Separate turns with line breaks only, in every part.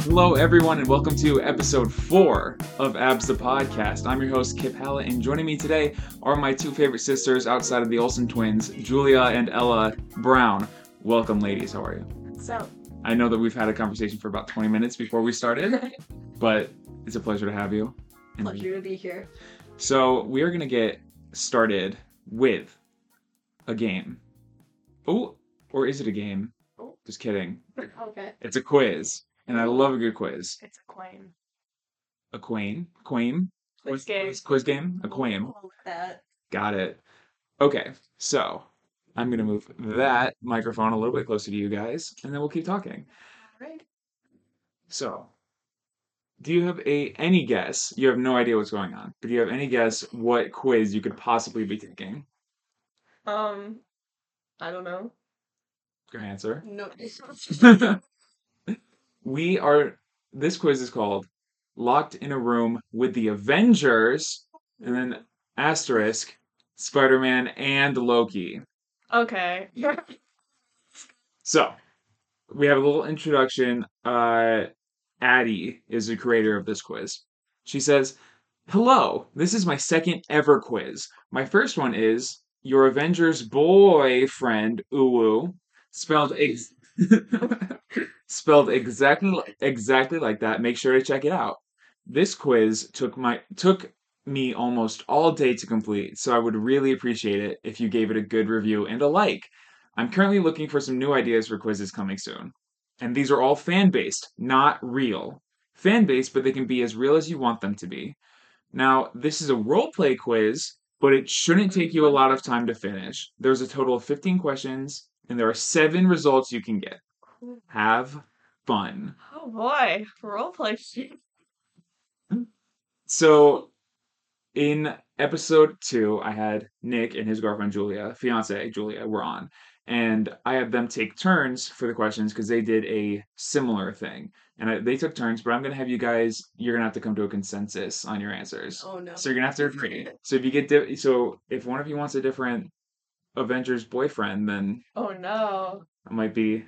Hello, everyone, and welcome to episode four of Abs the Podcast. I'm your host, Kip Hallett, and joining me today are my two favorite sisters outside of the Olsen twins, Julia and Ella Brown. Welcome, ladies. How are you?
So,
I know that we've had a conversation for about 20 minutes before we started, but it's a pleasure to have you. And-
pleasure to be here.
So, we are going to get started with a game. Oh, or is it a game?
Oh.
Just kidding.
Okay.
It's a quiz, and I love a good quiz.
It's a coin.
A queen? Queen?
Quiz game.
Quiz, quiz game? A queen.
We'll let That.
Got it. Okay, so I'm going to move that microphone a little bit closer to you guys, and then we'll keep talking.
All right.
So, do you have a any guess? You have no idea what's going on, but do you have any guess what quiz you could possibly be taking?
Um, I don't know.
Your answer.
No.
we are. This quiz is called "Locked in a Room with the Avengers," and then asterisk Spider-Man and Loki.
okay.
So, we have a little introduction. Uh, Addie is the creator of this quiz. She says, Hello, this is my second ever quiz. My first one is Your Avengers Boyfriend, Uwu, spelled ex- spelled exactly li- exactly like that. Make sure to check it out. This quiz took my took me almost all day to complete, so I would really appreciate it if you gave it a good review and a like. I'm currently looking for some new ideas for quizzes coming soon. And these are all fan based, not real. Fan based, but they can be as real as you want them to be. Now, this is a role play quiz, but it shouldn't take you a lot of time to finish. There's a total of 15 questions, and there are seven results you can get. Have fun.
Oh boy, roleplay. shit.
So, in episode two, I had Nick and his girlfriend Julia, fiance Julia, were on, and I had them take turns for the questions because they did a similar thing, and I, they took turns. But I'm gonna have you guys. You're gonna have to come to a consensus on your answers.
Oh no.
So you're gonna have to agree. So if you get di- so if one of you wants a different Avengers boyfriend, then
Oh no.
it might be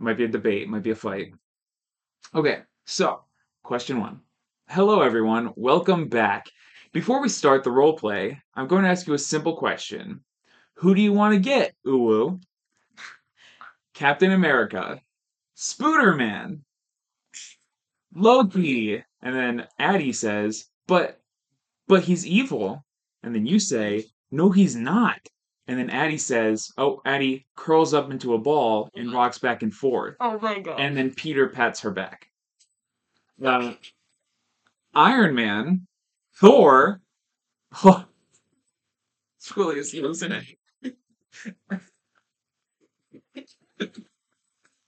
might be a debate, might be a fight. Okay, so question one. Hello everyone, welcome back. Before we start the role play, I'm going to ask you a simple question. Who do you want to get, Uwu? Captain America, Spooderman, Loki, and then Addie says, but but he's evil. And then you say, no, he's not. And then Addie says, Oh, Addie curls up into a ball and rocks back and forth.
Oh my god.
And then Peter pats her back. Uh, Iron Man, Thor, oh, Julius, he was in it.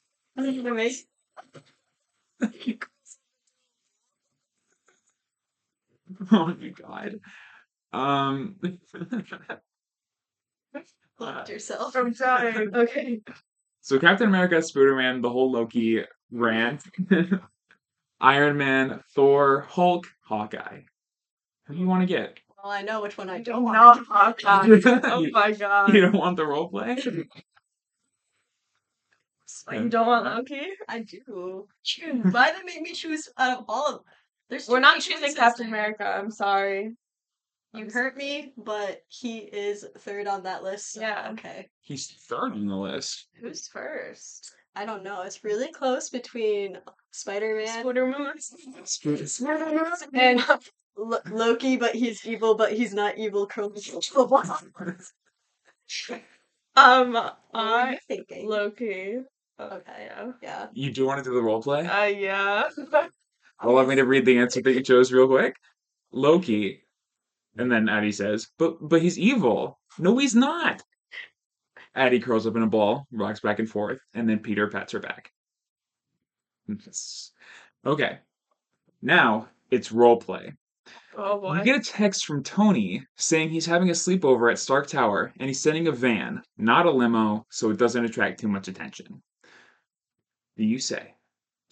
Oh my god. Um,
yourself. I'm sorry. Okay.
So Captain America, Spider Man, the whole Loki rant, Iron Man, Thor, Hulk, Hawkeye. Who do you want to get?
Well, I know which one I
I
don't
don't
want.
know. Hawkeye. Oh
you,
my god.
you don't want the role play?
You don't want Loki?
I do. Why did they make me choose out of all of them? There's
We're
too
not
many
choosing
choices.
Captain America. I'm sorry.
You hurt me, but he is third on that list. so
Yeah.
Okay.
He's third on the list.
Who's first?
I don't know. It's really close between Spider Man,
Spider Moon.
And- L- Loki, but he's evil, but he's not evil. Chrome. what
um,
are you
I
thinking?
Loki. Uh,
Okay.
Yeah.
Yeah.
You do want to do the role play?
Uh, yeah.
Allow me to read the answer that you chose real quick. Loki. And then Addie says, But but he's evil. No, he's not. Addie curls up in a ball, rocks back and forth, and then Peter pats her back. Yes. Okay. Now it's role play.
oh boy.
You get a text from Tony saying he's having a sleepover at Stark Tower and he's sending a van, not a limo, so it doesn't attract too much attention. You say,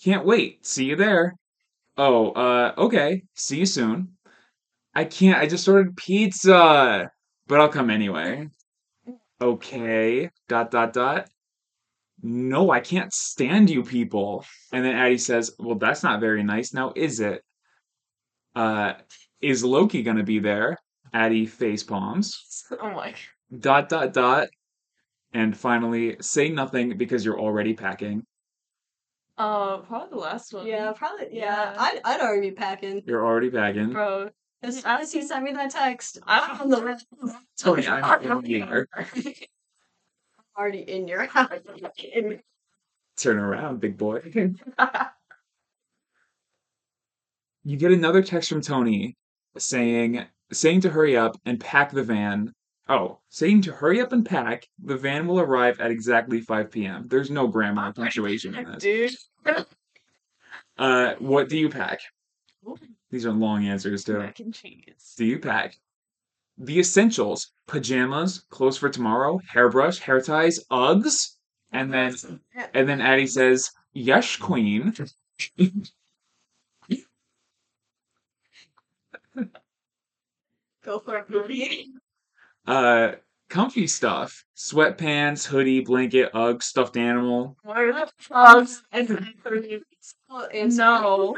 Can't wait. See you there. Oh, uh, okay. See you soon. I can't. I just ordered pizza, but I'll come anyway. Okay. Dot, dot, dot. No, I can't stand you people. And then Addie says, Well, that's not very nice. Now, is it? Uh, is Loki going to be there? Addie face palms.
Oh my.
Dot,
God.
dot, dot. And finally, say nothing because you're already packing.
Uh, probably the last one.
Yeah, probably. Yeah,
Yeah.
I'd, I'd already be packing.
You're already packing.
Bro,
As soon as he sent me that text, I'm on the list.
Tony, I'm in here.
already in your house. In-
Turn around, big boy. you get another text from Tony saying saying to hurry up and pack the van. Oh, saying to hurry up and pack, the van will arrive at exactly 5 p.m. There's no grammar or punctuation in this.
dude.
Uh, what do you pack? These are long answers too.
Mac and cheese.
Do you pack? The essentials: pajamas, clothes for tomorrow, hairbrush, hair ties, Uggs, and then and then Addie says, "Yes, Queen."
Go for it.
Uh, comfy stuff: sweatpants, hoodie, blanket, Uggs, stuffed animal.
Where the frogs and
Well, answer.
No.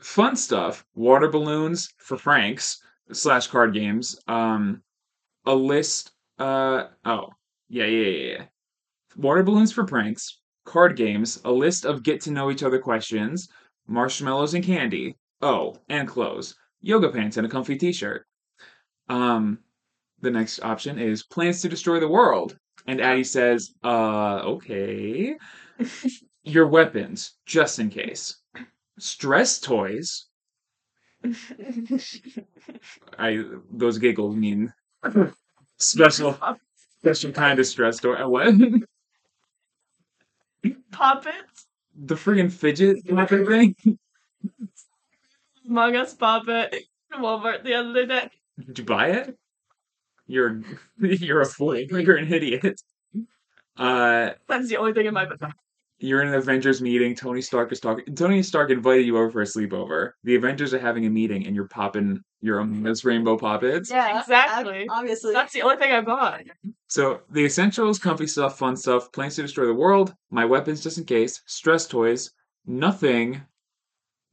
Fun stuff: water balloons for Franks slash card games. Um, a list. Uh oh, yeah, yeah, yeah, yeah. Water balloons for pranks, card games, a list of get to know each other questions, marshmallows and candy. Oh, and clothes, yoga pants and a comfy t-shirt. Um, the next option is plans to destroy the world. And Addie says, "Uh, okay. Your weapons, just in case. Stress toys. I those giggles mean special, special kind of stress toy. Uh, What?"
Puppets.
the friggin' fidget flipper thing.
Among Us Puppet. in Walmart the other day.
Did you buy it? You're you're a fool. You're an idiot. Uh,
That's the only thing in my bag.
you're in an Avengers meeting. Tony Stark is talking. Tony Stark invited you over for a sleepover. The Avengers are having a meeting, and you're popping your Among Us rainbow poppets.
Yeah,
Exactly.
ob- Obviously.
That's the only thing I bought.
So the essentials, comfy stuff, fun stuff, plans to destroy the world, my weapons just in case, stress toys, nothing.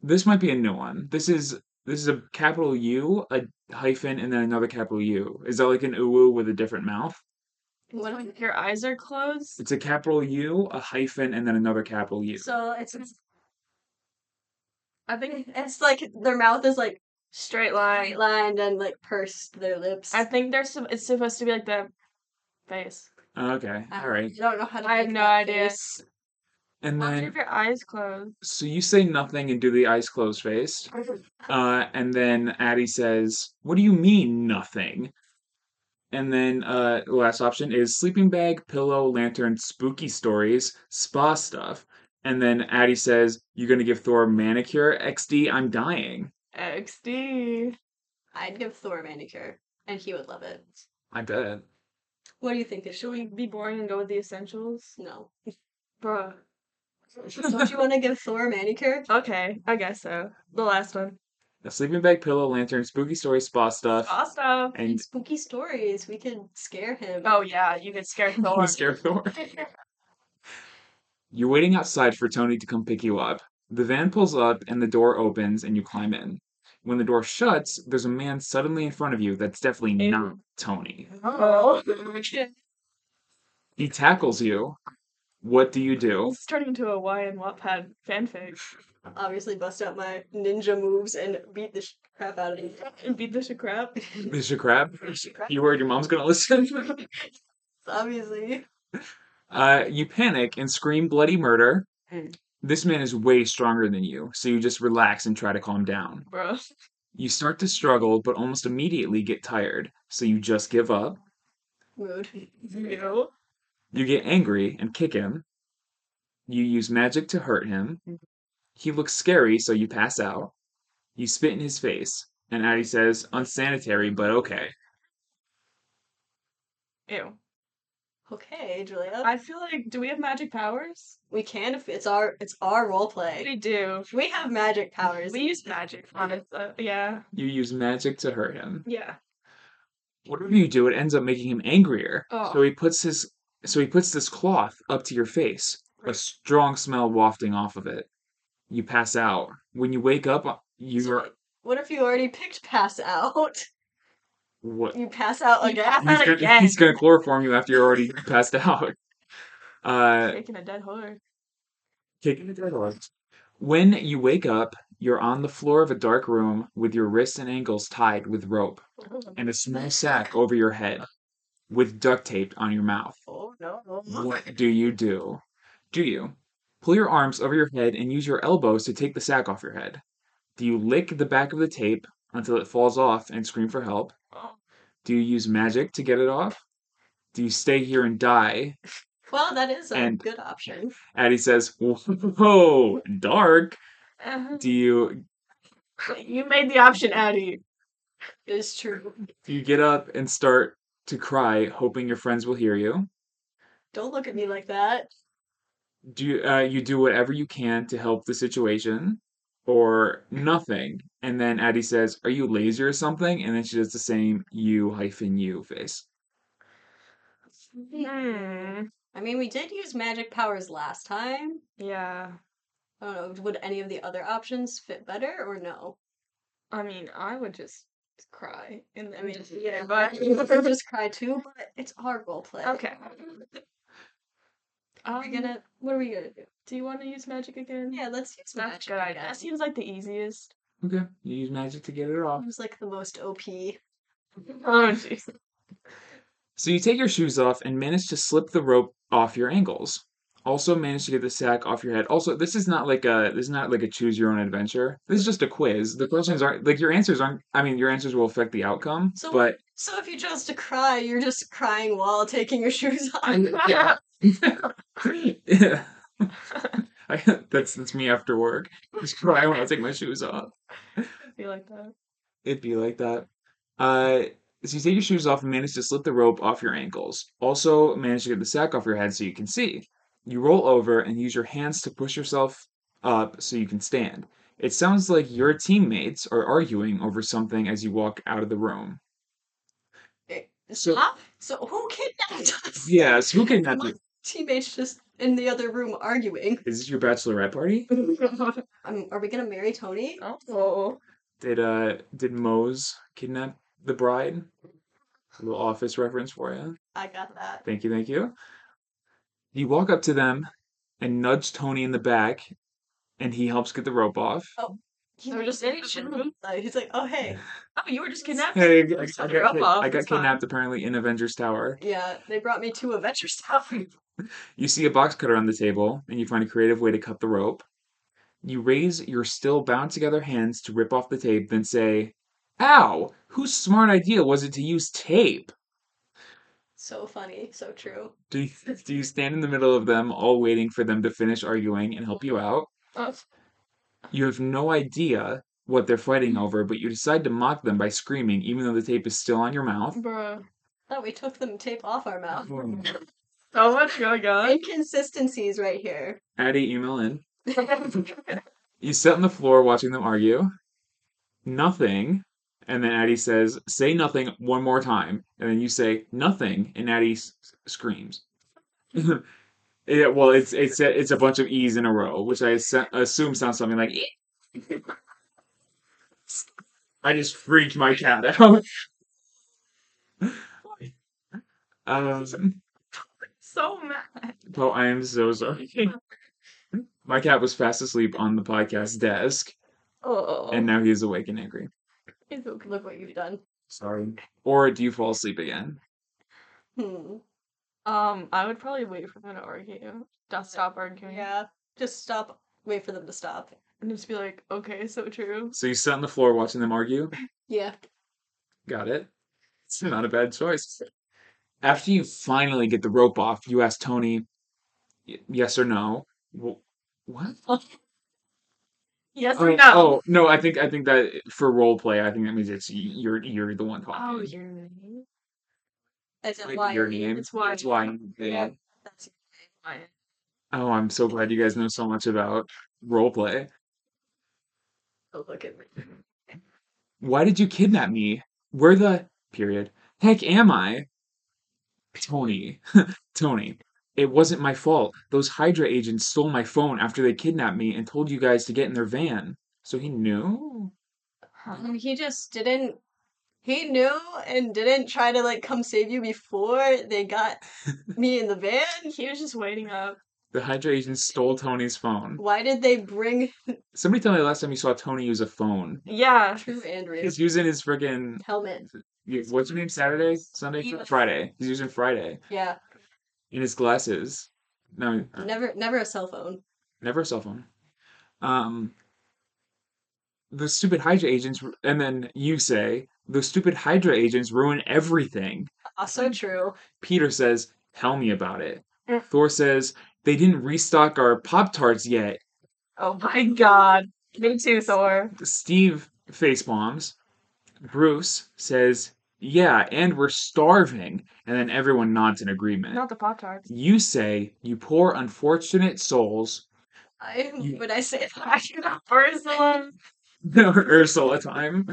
This might be a new one. This is this is a capital U, a hyphen, and then another capital U. Is that like an uwu with a different mouth?
What? Your eyes are closed?
It's a capital U, a hyphen, and then another capital U.
So it's
I think
it's like their mouth is like
straight line.
straight lined and like pursed their lips.
I think there's some. It's supposed to be like the face.
Okay,
I-
all right.
I don't know how to
I have
make
no
that
idea.
face.
And
Well,
then
keep your eyes closed.
so you say nothing and do the eyes closed face, uh, and then Addie says, "What do you mean nothing?" And then uh, the last option is sleeping bag, pillow, lantern, spooky stories, spa stuff. And then Addie says, "You're gonna give Thor a manicure? XD, I'm dying.
XD.
I'd give Thor a manicure and he would love it.
I bet."
What do you think? Should
Should
we?
we be boring and go with the essentials?
No.
Bruh.
Don't you want to give Thor a manicure?
Okay, I guess so. The last one.
A sleeping bag, pillow, lantern, spooky stories, spa stuff,
Awesome.
and
Spooky stories. We could scare him.
Oh yeah, you could scare Thor.
scare Thor. You're waiting outside for Tony to come pick you up. The van pulls up and the door opens and you climb in. When the door shuts, there's a man suddenly in front of you that's definitely
Ew.
not Tony.
Oh,
He tackles you. What do you do?
this is turning into a Y and Wattpad fanfic.
Obviously, bust out my ninja moves and beat the sh- crap out of him.
And beat the shit crap.
Mr. Crab? You worried your mom's gonna listen?
Obviously.
Uh, you panic and scream bloody murder.
Mm.
This man is way stronger than you, so you just relax and try to calm down.
Bro.
You start to struggle, but almost immediately get tired, so you just give up.
Mood.
Ew.
You get angry and kick him. You use magic to hurt him.
Mm-hmm.
He looks scary, so you pass out. You spit in his face, and Addie says, unsanitary, but okay.
Ew.
Okay, Julia.
I feel like do we have magic powers?
we can if it's our it's our role play.
We do.
We have magic powers.
We use magic, honestly. Uh, Yeah.
You use magic to hurt him.
Yeah.
Whatever you do, it ends up making him angrier.
Oh.
So he puts his So he puts this cloth up to your face, a
Right.
strong smell wafting off of it. You pass out. When you wake up, you're
So, what if you already picked pass out?
what?
You pass out
You
again.
pass
He's
out
gonna,
again.
he's gonna chloroform you after you're already passed out. Uh,
Taking a dead horde.
Kicking the dead on. When you wake up, you're on the floor of a dark room with your wrists and ankles tied with rope and a small sack over your head with duct tape on your mouth.
Oh no.
What do you do? Do you pull your arms over your head and use your elbows to take the sack off your head? Do you lick the back of the tape until it falls off and scream for help?
Oh.
Do you use magic to get it off? Do you stay here and die?
Well, that is a
And-
good option.
Addie says, Whoa, dark.
Uh,
Do you
you made the option, Addie.
It's true.
You get up and start to cry, hoping your friends will hear you.
Don't look at me like that.
Do you, uh, you do whatever you can to help the situation, or nothing? And then Addie says, "Are you lazy or something?" And then she does the same "you hyphen you" face.
Hmm.
I mean, we did use magic powers last time.
Yeah.
I don't know. Would any of the other options fit better or no?
I mean, I would just cry. And
I mean,
yeah,
We'll
but
just cry too, but it's our role play.
okay. Um,
Are we gonna? What are we gonna do?
Do you want to use magic again?
Yeah, let's use
That's
magic.
good.
again.
That seems like the easiest.
Okay, you use magic to get it off.
Who's like the most OP?
Oh jeez.
So you take your shoes off and manage to slip the rope off your ankles. Also manage to get the sack off your head. Also, this is not like a this is not like a choose your own adventure. This is just a quiz. The questions aren't like your answers aren't. I mean, your answers will affect the outcome,
So-
but
So if you chose to cry, you're just crying while taking your shoes off.
I- yeah. I, that's that's me after work. Just cry when I take my shoes off.
I feel like that.
It'd be like that. Uh, so you take your shoes off and manage to slip the rope off your ankles. Also manage to get the sack off your head so you can see. You roll over and use your hands to push yourself up so you can stand. It sounds like your teammates are arguing over something as you walk out of the room. So-
Huh? So who kidnapped us?
Yes, who can that
My
be?
teammates just in the other room arguing.
Is this your bachelorette party?
Um, are we gonna marry Tony?
Oh.
Did uh did Mose kidnap the bride? A little office reference for you.
I got that.
Thank you, thank you. You walk up to them and nudge Tony in the back, and he helps get the rope off.
He
They were just in each
the
other.
room. Like, He's like, oh hey,
Oh, you were just kidnapped.
Hey, I, I
Just
got,
got the rope
kid-
off,
I got
it's fine.
kidnapped apparently in Avengers Tower.
yeah, they brought me to adventure stuff.
You see a box cutter on the table, and you find a creative way to cut the rope. You raise your still bound together hands to rip off the tape, then say, Ow! Whose smart idea was it to use tape?
So funny, so true.
Do you, do you stand in the middle of them, all waiting for them to finish arguing and help you out?
Oh,
You have no idea what they're fighting over, but you decide to mock them by screaming, even though the tape is still on your mouth.
bro.
Thought we took them tape off our mouth.
So much going on.
Inconsistencies right here.
Addie, email in. You sit on the floor watching them argue. Nothing. And then Addie says, say nothing one more time. And then you say nothing, and Addie s- screams. yeah, well, it's it's a, it's a bunch of E's in a row, which I ass- assume sounds something like. "Ee." I just freaked my cat out. um,
so mad.
Oh, I am so sorry. My cat was fast asleep on the podcast desk,
Oh.
and now he's awake and angry.
It's okay.
Look what you've done.
Sorry. Or do you fall asleep again?
Hmm.
Um, I would probably wait for them to argue. Just stop arguing.
Yeah. Just stop. Wait for them to stop.
And just be like, okay, so true.
So you sit on the floor watching them argue?
Yeah.
Got it. It's not a bad choice. After you finally get the rope off, you ask Tony, y- yes or no. Wh- What?
Yes
Oh,
or no?
oh, no, I think I think that for role play, I think that means it's y- you're you're the one talking.
Oh, your name.
As in
Like,
why
your
are you-
name.
It's why.
It's why.
Yeah. That's
Fine.
Oh, I'm so glad you guys know so much about role play.
oh, look at me.
Why did you kidnap me? Where the period heck am I? Tony, Tony, it wasn't my fault. Those Hydra agents stole my phone after they kidnapped me and told you guys to get in their van. So he knew?
Um, he just didn't. He knew and didn't try to like come save you before they got me in the van.
He was just waiting up.
The Hydra agents stole Tony's phone.
Why did they bring
Somebody tell me the last time you saw Tony use a phone.
Yeah.
True Andrea?
He's using his friggin'
Helmet.
y- what's your name? Saturday, Sunday,
He was-
Friday. He's using Friday
Yeah.
in his glasses. No, uh,
Never never a cell phone.
never a cell phone. Um, the stupid Hydra agents, ru- and then you say the stupid Hydra agents ruin everything.
Also true.
Peter says, "Tell me about it."
Mm.
Thor says, "They didn't restock our Pop Tarts yet."
Oh my god. Me too, Thor.
Steve face bombs. Bruce says, "Yeah, and we're starving." And then everyone nods in agreement.
Not the Pop Tarts.
You say, you poor unfortunate souls.
I
You-
when I say that.
Ursula.
Ursula time.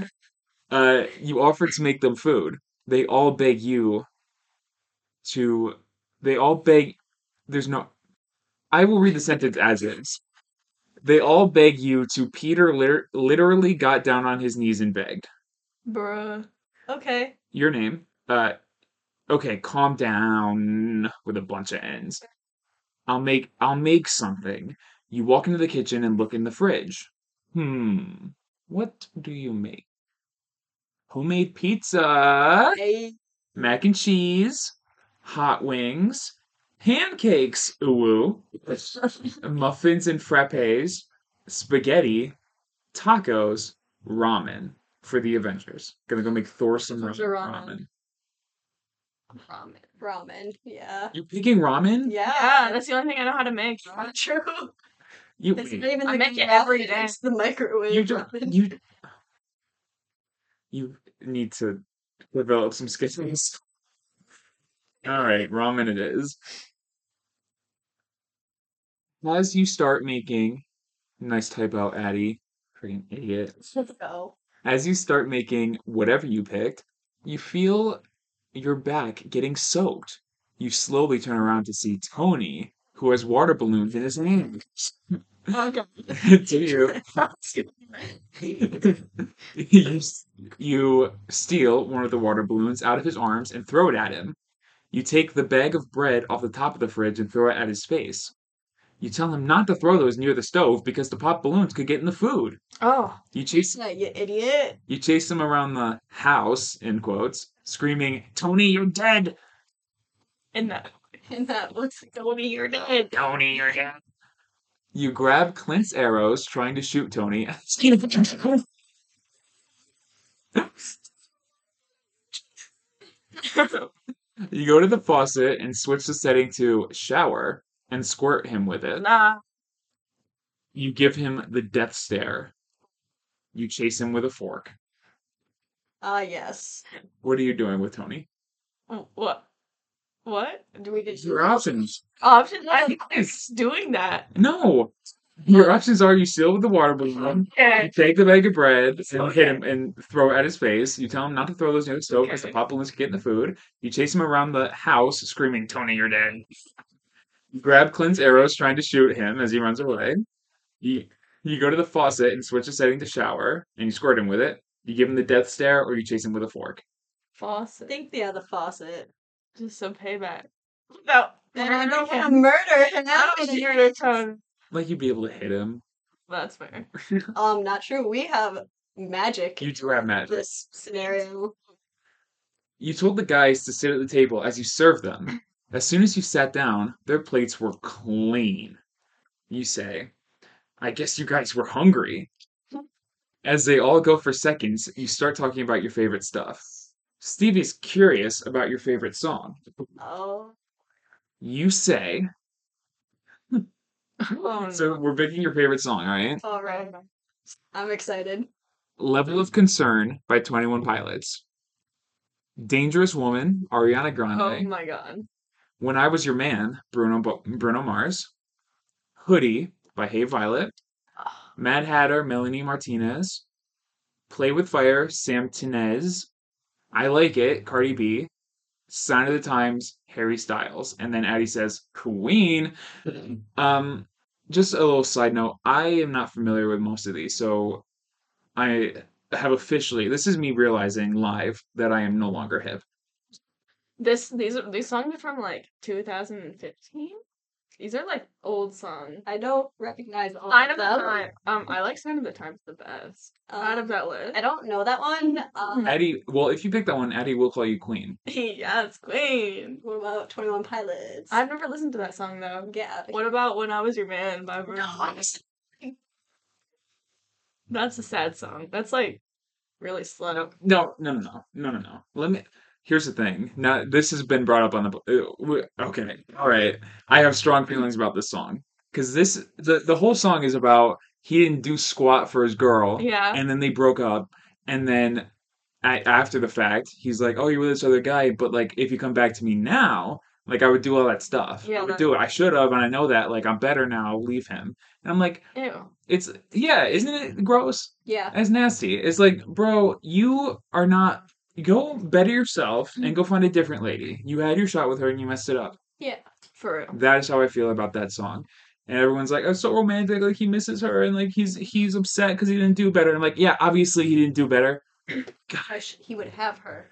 Uh, you offer to make them food. They all beg you to. They all beg. There's no. I will read the sentence as is. They all beg you to. Peter liter- literally got down on his knees and begged.
Bruh.
Okay.
Your name. Uh, okay, calm down with a bunch of ends. I'll make. I'll make something. You walk into the kitchen and look in the fridge. Hmm. What do you make? Homemade pizza,
I
mac and cheese, hot wings, pancakes, ooh, muffins and frappes, spaghetti, tacos, ramen for the Avengers. Gonna go make Thor some ra-
Thor's a ramen.
ramen.
ramen. Ramen. Yeah.
You're picking ramen?
Yeah,
Yeah.
that's the only thing I know how to make.
not true.
You
It's
wait.
not even
I
the
make it
ramen,
every day.
It's the microwave.
You don't.
ramen.
You. You need to develop some skills. All right, ramen it is. As you start making, nice typo, Addy, freaking idiot.
So,
As you start making whatever you picked, you feel your back getting soaked. You slowly turn around to see Tony, who has water balloons in his hand.
Okay.
Do you? you, s- you steal one of the water balloons out of his arms and throw it at him. You take the bag of bread off the top of the fridge and throw it at his face. You tell him not to throw those near the stove because the pop balloons could get in the food.
Oh.
You chase
yeah, you idiot.
you chase him around the house in quotes, screaming, "Tony, you're dead!
In that.
And that looks like a
Tony, you're dead.
Tony, you're dead!" You grab Clint's arrows, trying to shoot Tony. You go to the faucet and switch the setting to shower and squirt him with it.
nah.
You give him the death stare. You chase him with a fork.
Ah, yes.
What are you doing with Tony?
What? What?
Do we get
options.
Option I think it's doing that.
No. Your options are you steal with the water balloon, you
Okay.
take the bag of bread and hit
Okay.
him and throw it at his face. You tell him not to throw those near the stove because the
Okay.
pop balloons could get in the food. You chase him around the house screaming, Tony, you're dead. You grab Clint's arrows trying to shoot him as he runs away. You, you go to the faucet and switch the setting to shower, and you squirt him with it. You give him the death stare, or you chase him with a fork.
I
Faucet.
think the other faucet.
Just some payback. No.
And I don't want to
care.
murder him.
I don't hear their tone.
Like you'd be able to hit him.
That's fair.
Um, not true. We have magic
You do have
in
magic.
this scenario.
You told the guys to sit at the table as you served them. As soon as you sat down, their plates were clean. You say, I guess you guys were hungry. As they all go for seconds, you start talking about your favorite stuff. Stevie's curious about your favorite song.
Oh,
You say,
Oh,
So we're picking your favorite song, all right?
all right.
Um,
I'm excited.
Level of Concern by 21 Pilots. Dangerous Woman, Ariana
Oh
Grande.
my god.
When I Was Your Man, Bruno Bo- Bruno Mars. Hoodie by Hey Violet.
Ah,
Mad Hatter, Melanie Martinez. Play with Fire, Sam Tinez. I Like It, Cardi B. Sign of the Times, Harry Styles. And then Addie says, Queen. Um, just a little side note. I am not familiar with most of these, so I have officially this is me realizing live that I am no longer hip.
This these are these songs are from like 2015. These are like old songs.
I don't recognize all
Sign of
of
the
them.
time. Um, I like Sign of the Times the best out of
Um,
that list.
I don't know that one. Um,
Addie, well, if you pick that one, Addie will call you Queen.
yes, Queen.
what about Twenty One Pilots?
I've never listened to that song though.
yeah.
What about When I Was Your Man by
No,
Bruno
I'm
Mars?
just-
That's a sad song. That's like really slow.
No, no, no, no, no, no, no. Let me. Here's the thing. Now, this has been brought up on the. bo- uh, w- Okay, all right. I have strong feelings about this song because this the the whole song is about he didn't do squat for his girl,
Yeah.
and then they broke up, and then a after the fact, he's like, "Oh, you're with this other guy, but like, if you come back to me now, like, I would do all that stuff.
Yeah,
I would
that-
do it. I should have, and I know that. Like, I'm better now. I'll leave him." And I'm like,
Ew.
"It's yeah, isn't it gross?"
Yeah.
That's nasty. It's like, bro, you are not. Go better yourself and go find a different lady. You had your shot with her and you messed it up.
Yeah.
For real.
That is how I feel about that song. And everyone's like, "Oh, so romantic. Like he misses her and like he's he's upset because he didn't do better." I'm like, yeah, obviously he didn't do better.
I wish he would have her.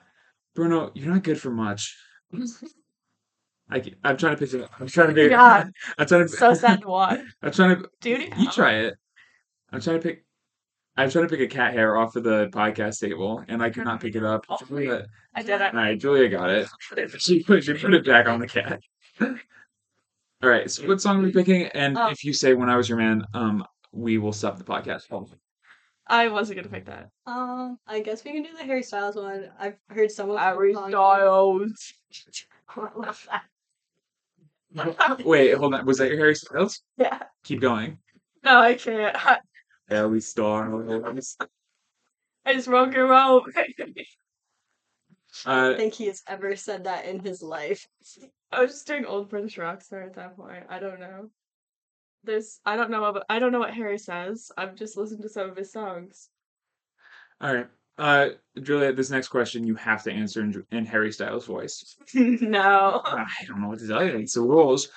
Bruno, you're not good for much. I ca- I'm trying to picture. it. I'm trying to be.
God.
I'm trying to.
So sad to watch.
I'm trying to.
Dude,
You try it. I'm trying to pick. I'm trying to pick a cat hair off of the podcast table, and I cannot pick it up.
Oh, wait.
Julia-
I did
All
it.
right, Julia got it. She put, she put it back on the cat. All right, so what song are we picking? And
Oh.
if you say "When I Was Your Man," um, we will stop the podcast.
I wasn't gonna pick that.
Um, I guess we can do the Harry Styles one. I've heard some of
Harry
songs.
Styles.
Wait, hold on. Was that your Harry Styles?
yeah.
Keep going.
No, I can't. I,
Ellie Styles.
I just broke your rope.
Uh,
I think he has ever said that in his life.
I was just doing old British rock star at that point. I don't know. There's I don't know about I don't know what Harry says. I've just listened to some of his songs.
all right, uh, Julia. This next question you have to answer in, in Harry Styles' voice. Ah,
no.
I don't know what to tell you. It's the rules.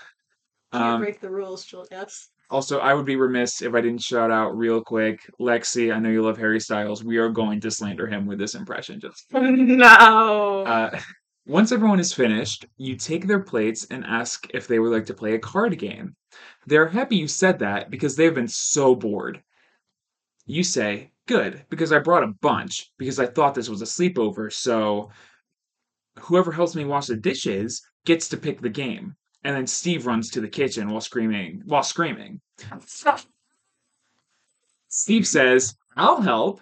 Can't
Um,
break the rules, Julia.
Also, I would be remiss if I didn't shout out real quick, Lexi. I know you love Harry Styles. We are going to slander him with this impression. Just
no.
uh, once everyone is finished, you take their plates and ask if they would like to play a card game. They're happy you said that because they've been so bored. You say, "Good," because I brought a bunch because I thought this was a sleepover. So, whoever helps me wash the dishes gets to pick the game. And then Steve runs to the kitchen while screaming. While screaming. Steve says, I'll help.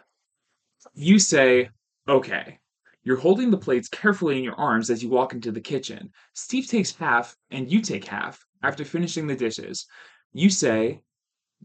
You say, okay. You're holding the plates carefully in your arms as you walk into the kitchen. Steve takes half, and you take half after finishing the dishes. You say,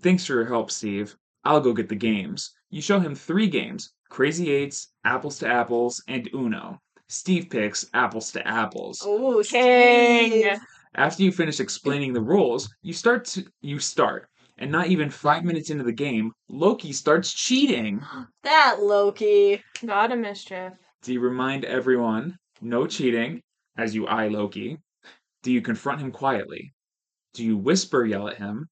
Thanks for your help, Steve. I'll go get the games. You show him three games Crazy Eights, Apples to Apples, and Uno. Steve picks Apples to Apples.
Oh,
King.
Steve.
After you finish explaining the rules, you start to you start, and not even five minutes into the game, Loki starts cheating.
That Loki.
God of mischief.
Do you remind everyone no cheating as you eye Loki? Do you confront him quietly? Do you whisper yell at him?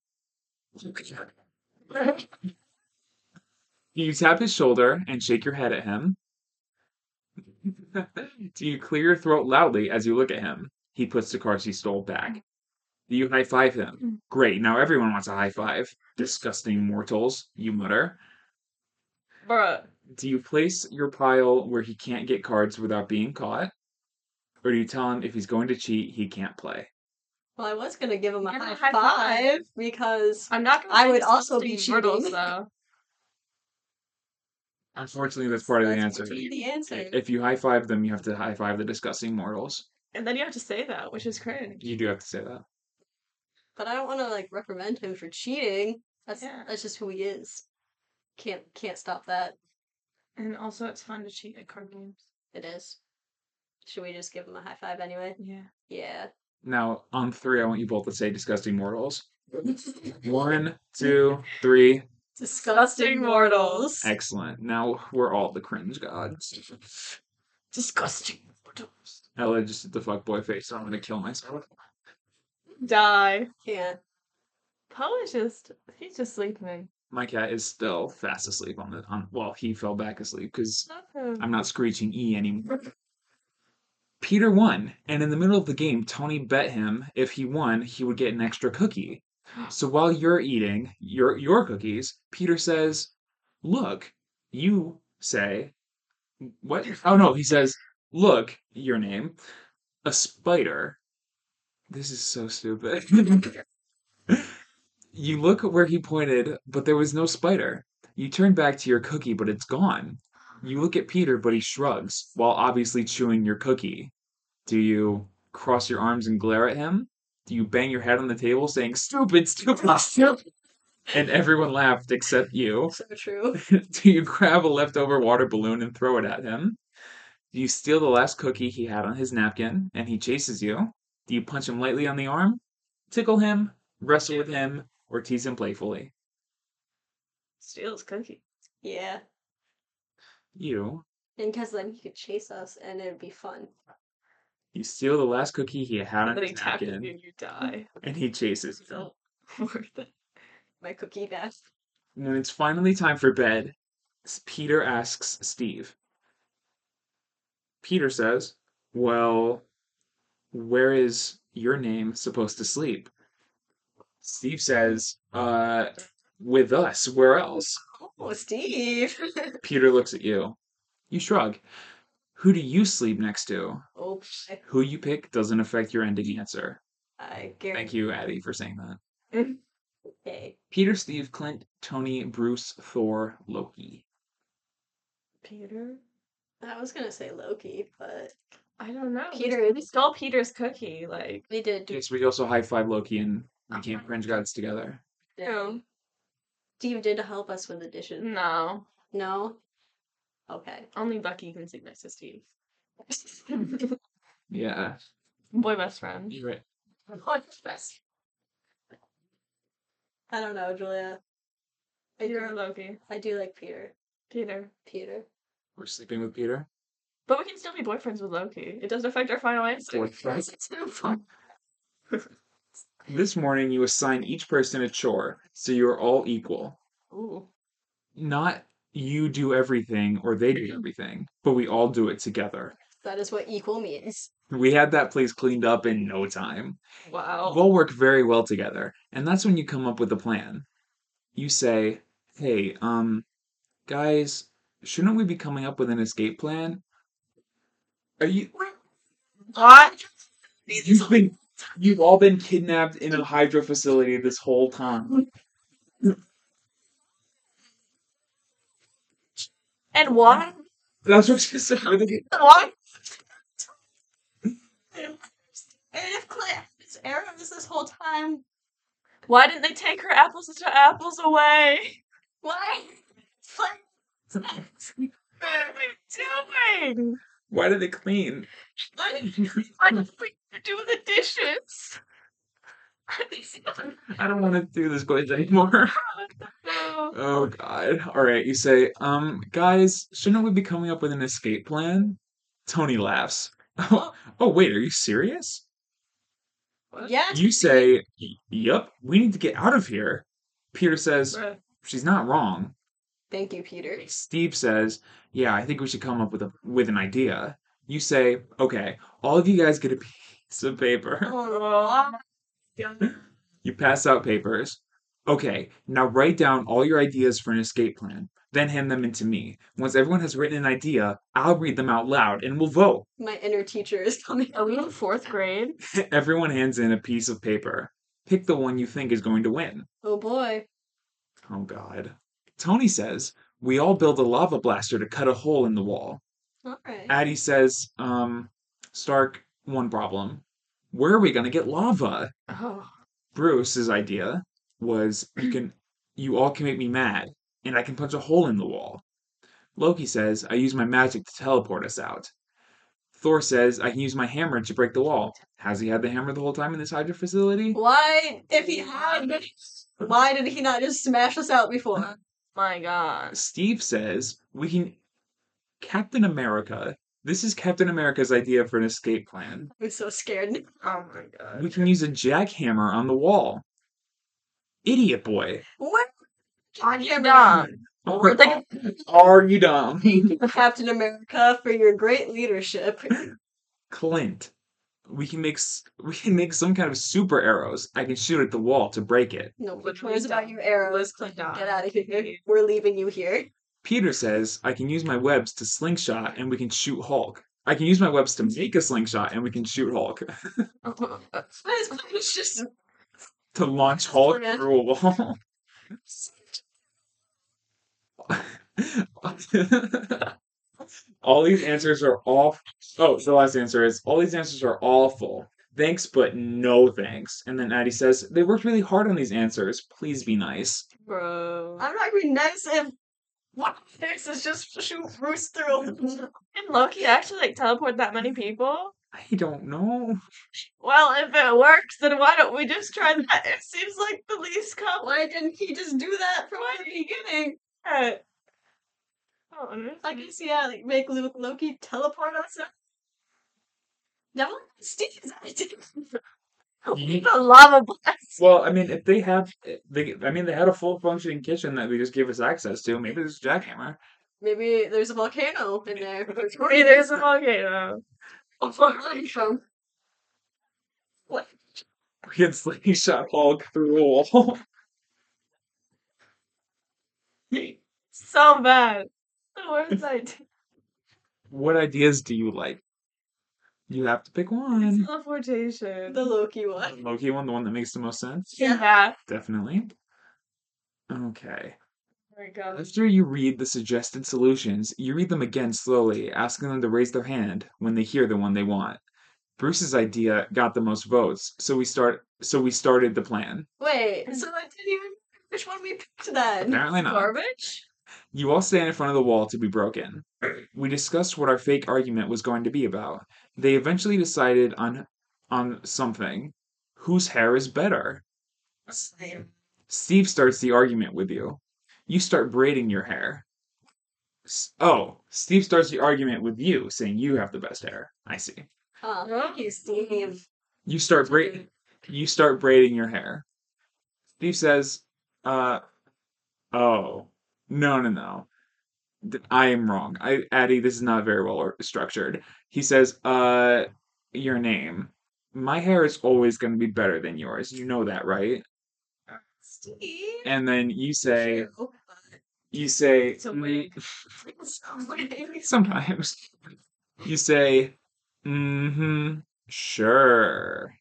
Do you tap his shoulder and shake your head at him? Do you clear your throat loudly as you look at him? He puts the cards he stole back. Do you high five him? Great, now everyone wants a high five. Disgusting mortals, you mutter.
Bruh.
Do you place your pile where he can't get cards without being caught? Or do you tell him if he's going to cheat, he can't play?
Well, I was gonna give him a
Give him
high,
a high
five,
five.
because
I'm not gonna
I
say
would also be
disgusting riddles,
cheating.
though.
Unfortunately, that's part of the
that's
answer.
part of the answer.
If you high five them, you have to high five the disgusting mortals.
And then you have to say that, which is cringe.
You do have to say that.
But I don't want to like reprimand him for cheating. That's
Yeah.
that's just who he is. Can't can't stop that.
And also, it's fun to cheat at card games.
It is. Should we just give him a high five anyway?
Yeah.
Yeah.
Now, on three, I want you both to say disgusting mortals. One, two, three.
Disgusting mortals.
Excellent. Now we're all the cringe gods.
Disgusting.
Ella just did the fuckboy face, so I'm gonna kill myself.
Die.
Can't.
Poe's just he's just sleeping.
My cat is still fast asleep on the on. Well, he fell back asleep because
Stop him.
I'm not screeching E anymore. Peter won, and in the middle of the game, Tony bet him if he won, he would get an extra cookie. So while you're eating your your cookies, Peter says, "Look," you say, "What?" Oh no, he says, "Look, your name, a spider." This is so stupid. you look at where he pointed, but there was no spider. You turn back to your cookie, but it's gone. You look at Peter, but he shrugs while obviously chewing your cookie. Do you cross your arms and glare at him? Do you bang your head on the table saying, stupid, stupid, stupid? And everyone laughed except you.
So true.
Do you grab a leftover water balloon and throw it at him? Do you steal the last cookie he had on his napkin and he chases you? Do you punch him lightly on the arm, tickle him, wrestle with him, or tease him playfully?
Steals cookie.
Yeah.
You
And because then he could chase us and it'd be fun.
you steal the last cookie he had
And
on
then he
his
tackles you
napkin
and you die.
and he chases you.
So worth it.
My cookie bath.
When it's finally time for bed, S- Peter asks Steve. Peter says, Well, where is your name supposed to sleep? Steve says, Uh, with us, where else?
Oh, Steve.
Peter looks at you. You shrug. Who do you sleep next to?
oh, boy.
Who you pick doesn't affect your ending answer.
I guarantee.
Thank you, Addie, for saying that.
Okay.
Peter, Steve, Clint, Tony, Bruce, Thor, Loki.
Peter?
I was gonna say Loki, but
I don't know. We-
Peter-
we stole Peter's cookie, like
we did. do-
Yes, we also high five Loki and became cringe gods together.
no.
Steve did help us with the dishes.
No.
No. Okay.
Only Bucky can sleep next to Steve.
Yeah,
Boy best friend.
you're right.
I don't know, Julia. I
Peter or
do,
Loki.
I do like Peter.
Peter.
Peter.
We're sleeping with Peter.
But we can still be boyfriends with Loki. It doesn't affect our final answer.
Boyfriends. This morning, you assign each person a chore, so you are all equal.
Ooh.
Not you do everything or they do everything, but we all do it together.
That is what equal means.
We had that place cleaned up in no time.
Wow.
We'll work very well together, and that's when you come up with a plan. You say, "Hey, um, guys, shouldn't we be coming up with an escape plan?" Are you?
What?
You've been, you've all been kidnapped in a hydro facility this whole time.
And what?
That's what she said. Wait,
What?
And if Clint's arrows this whole time,
Why didn't they take her apples to apples away?
why?
What are we doing?
Why did they clean?
Why why did we do the dishes?
I don't want to do this quiz anymore. Oh God! All right, you say, um, guys, shouldn't we be coming up with an escape plan? Tony laughs. Oh, wait, are you serious?
Yeah.
You say, "Yep, we need to get out of here." Peter says,
Bruh.
"She's not wrong."
Thank you, Peter.
Steve says, "Yeah, I think we should come up with a with an idea." You say, "Okay, all of you guys get a piece of paper."
Oh,
You pass out papers. Okay, now write down all your ideas for an escape plan. Then hand them in to me. Once everyone has written an idea, I'll read them out loud and we'll vote.
My inner teacher is coming.
Are we in fourth grade?
Everyone hands in a piece of paper. Pick the one you think is going to win.
Oh boy.
Oh God. Tony says, We all build a lava blaster to cut a hole in the wall.
All right.
Addie says, um, Stark, one problem. Where are we gonna get lava?
Oh,
Bruce's idea was you can you all can make me mad, and I can punch a hole in the wall. Loki says, I use my magic to teleport us out. Thor says, I can use my hammer to break the wall. Has he had the hammer the whole time in this Hydra facility?
Why, if he had, why did he not just smash us out before?
my gosh.
Steve says we can Captain America, This is Captain America's idea for an escape plan.
I'm so scared.
Oh my
We
god.
can use a jackhammer on the wall. Idiot boy.
What? Talking about
Done.
Are- Are you dumb?
Captain America for your great leadership.
Clint. We can make s- we can make some kind of super arrows. I can shoot at the wall to break it.
No,
Which
which one is
we
about
don't.
your arrows?
Let's click
Get
on.
out of here.
Please.
We're leaving you here.
Peter says I can use my webs to slingshot and we can shoot Hulk. I can use my webs to make a slingshot and we can shoot Hulk.
This plan is just
to launch Hulk
Superman.
through a wall. all these answers are all. Oh, the last answer is all these answers are awful. Thanks, but no thanks. And then Addie says, "They worked really hard on these answers. Please be nice."
Bro.
I'm not being nice if what this is just shoot Bruce through.
Can Loki actually like teleport that many people?
I don't know.
Well, if it works, then why don't we just try that? It seems like the least common.
Why didn't he just do that from
Why
the beginning?
I don't understand.
I guess yeah, like make Luke Loki teleport us. up. Devil Steve's idea.
the lava blast.
Well, I mean, if they have, they, I mean, they had a full functioning kitchen that they just gave us access to. Maybe there's a jackhammer.
Maybe there's a volcano in there.
Wait, there's a volcano.
volcano.
We can slingshot Hulk through a wall.
So bad. The worst idea.
What ideas do you like? You have to pick one.
Teleportation.
The Loki one.
Loki one, the one that makes the most sense?
yeah.
Definitely. Okay.
Oh my god.
After you read the suggested solutions, you read them again slowly, asking them to raise their hand when they hear the one they want. Bruce's idea got the most votes, so we start so we started the plan.
Wait, so I didn't even which one we picked then.
Apparently not.
Garbage?
You all stand in front of the wall to be broken. We discussed what our fake argument was going to be about. They eventually decided on on something. Whose hair is better? Steve starts the argument with you. You start braiding your hair. S- oh, Steve starts the argument with you, saying you have the best hair. I see.
Oh, thank you, Steve.
You start braid. You start braiding your hair. Steve says, "Uh, oh, no, no, no. Th- I am wrong. I, Addy, this is not very well or- structured." He says, "Uh, your name. My hair is always going to be better than yours. You know that, right?"
Steve.
And then you say,
True,
"You say
It's a
"Mm,
wig.
but somebody-
Sometimes. You say, mm-hmm, sure.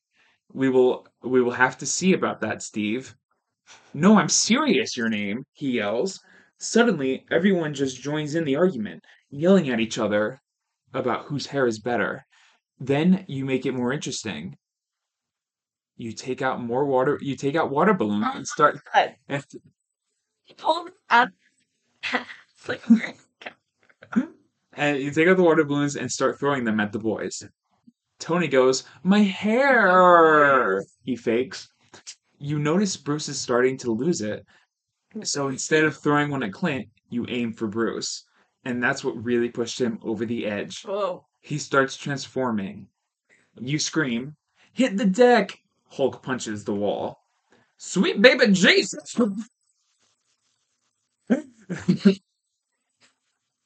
We will we will have to see about that, Steve. No, I'm serious, your name, he yells. Suddenly, everyone just joins in the argument, yelling at each other about whose hair is better. Then you make it more interesting. You take out more water you take out water balloons and start
God.
and
He pulled out. it's like,
And you take out the water balloons and start throwing them at the boys. Tony goes, My hair! He fakes. You notice Bruce is starting to lose it. So instead of throwing one at Clint, you aim for Bruce. And that's what really pushed him over the edge.
whoa.
He starts transforming. You scream, Hit the deck! Hulk punches the wall. Sweet baby Jesus!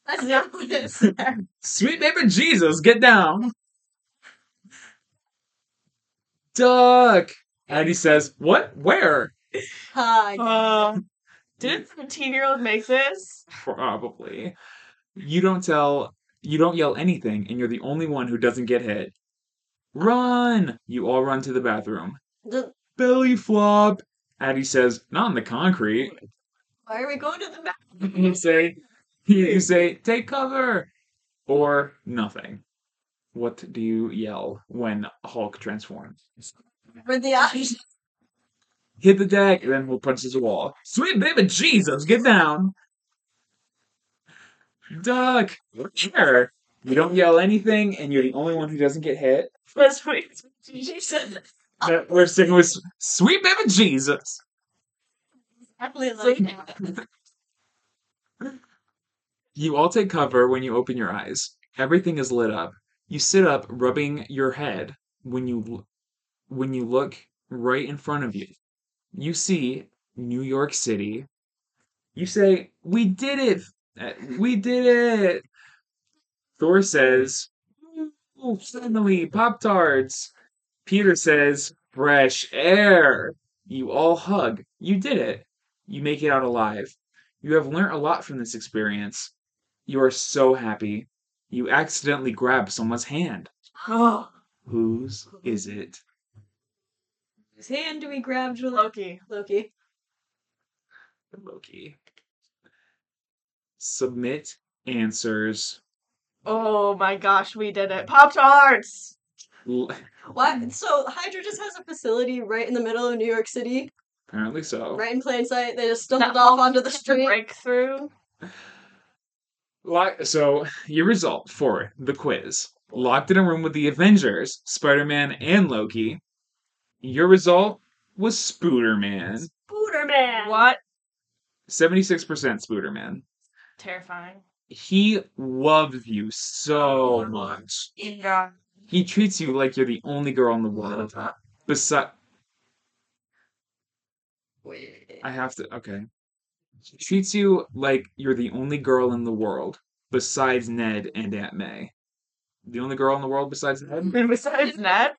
That's not what it said.
Sweet baby Jesus, get down. Duck. Addie says, What? Where?
Hi.
Um, did a 17 year old make this?
Probably. You don't tell, you don't yell anything, and you're the only one who doesn't get hit. Run! You all run to the bathroom.
The-
Belly flop. Addie says, Not in the concrete.
Why are we going to the back?
you say, You say, Take cover! Or nothing. What do you yell when Hulk transforms?
For the eyes.
hit the deck, and then we'll punch the wall. Sweet baby Jesus, get down. Duck. Sure. You don't yell anything, and you're the only one who doesn't get hit.
That's what
Jesus.
But We're sticking with Sweet Baby Jesus.
Definitely like
You all take cover when you open your eyes. Everything is lit up. You sit up, rubbing your head. When you l- when you look right in front of you, you see New York City. You say, "We did it! Uh, We did it!" Thor says, "Ooh, "Suddenly, Pop Tarts." Peter says, "Fresh air." You all hug. You did it. You make it out alive. You have learnt a lot from this experience. You are so happy. You accidentally grab someone's hand.
Oh,
Whose is it?
Whose hand do we grab, Julia?
Loki.
Loki.
Loki. Submit answers.
Oh my gosh, we did it. Pop Tarts!
L-
Why? So Hydra just has a facility right in the middle of New York City,
Apparently so.
right in plain sight. They just stumbled
That
off
whole
onto the street.
Breakthrough.
Lock- so, your result for the quiz locked in a room with the Avengers, Spider Man, and Loki. Your result was Spooderman.
Booterman.
What?
76% Spooderman.
Terrifying.
He loves you so much.
Yeah.
He treats you like you're the only girl in the world. Besides,
Wait.
I have to. Okay. She treats you like you're the only girl in the world besides Ned and Aunt May. The only girl in the world besides Ned?
And besides Ned,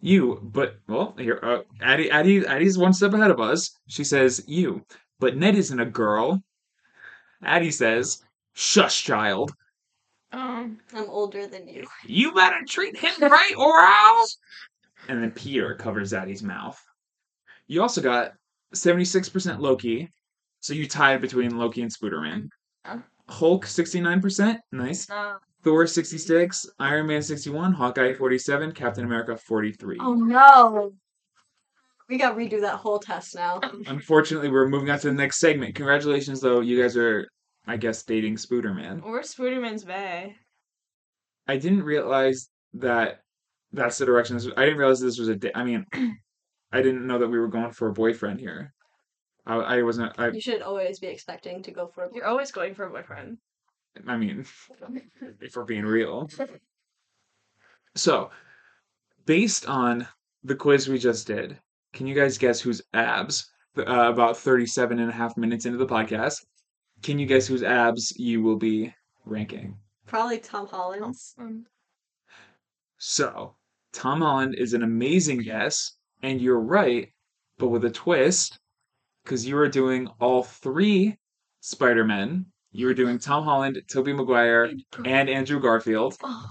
You, but, well, here, uh, Addie, Addie, Addie's one step ahead of us. She says, You, but Ned isn't a girl. Addie says, Shush, child.
um,
I'm older than you.
You better treat him right or I'll. And then Peter covers Addie's mouth. You also got 76% Loki, so you tied between Loki and Spooderman.
Yeah.
Hulk 69%, nice.
no.
Thor 66, Iron Man 61, Hawkeye 47, Captain America 43.
no.
Oh, We gotta redo that whole test now.
Unfortunately, we're moving on to the next segment. Congratulations, though, you guys are, I guess, dating Spooderman.
We're Spooderman's Bay.
I didn't realize that that's the direction. This was, I didn't realize this was a. da- I mean, I didn't know that we were going for a boyfriend here. I, I wasn't. I.
You should always be expecting to go for a
You're always going for a boyfriend.
I mean, if we're being real. So, based on the quiz we just did, can you guys guess whose abs? th- Uh, about 37 and a half minutes into the podcast, can you guess whose abs you will be ranking?
probably Tom Holland's.
Um,
So, Tom Holland is an amazing guess, and you're right, but with a twist, because you are doing all three Spider Men. You were doing Tom Holland, Tobey Maguire, and Andrew Garfield.
Oh,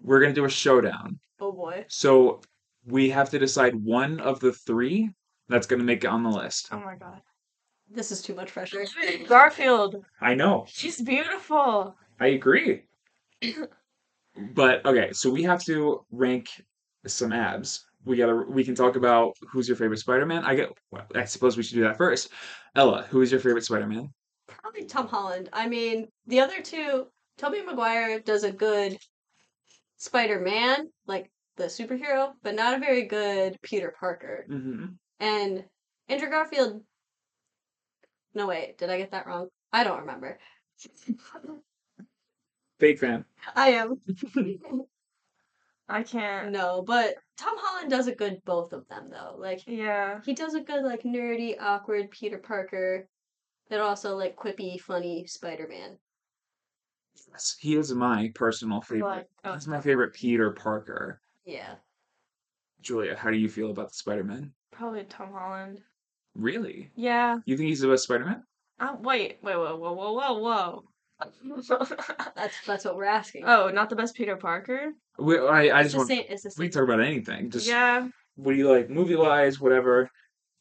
We're going to do a showdown.
oh boy.
So, we have to decide one of the three that's going to make it on the list.
oh my god.
This is too much pressure.
Garfield.
I know.
She's beautiful.
I agree. but okay, so we have to rank some abs. We gotta. We can talk about who's your favorite Spider-Man. I get. Well, I suppose we should do that first. Ella, who is your favorite Spider-Man?
Probably Tom Holland. I mean, the other two, Tobey Maguire does a good Spider Man, like the superhero, but not a very good Peter Parker.
Mm-hmm.
And Andrew Garfield. No, wait, did I get that wrong? I don't remember.
Fake fan.
I am.
I can't.
No, but Tom Holland does a good both of them, though. Like,
Yeah.
he does a good, like, nerdy, awkward Peter Parker, but also, like, quippy, funny Spider Man.
Yes, he is my personal favorite.
Like, oh,
He's my favorite Peter Parker.
Yeah.
Julia, how do you feel about the Spider-Man?
probably Tom Holland.
Really?
Yeah.
You think he's the best Spider-Man?
Uh, wait, wait, whoa, whoa, whoa, whoa, whoa.
That's that's what we're asking.
oh, not the best Peter Parker?
We, Uh, I, I just
It's the
want.
same. It's the
We
same.
can talk about anything. Just
yeah.
what do you like, movie-wise, whatever,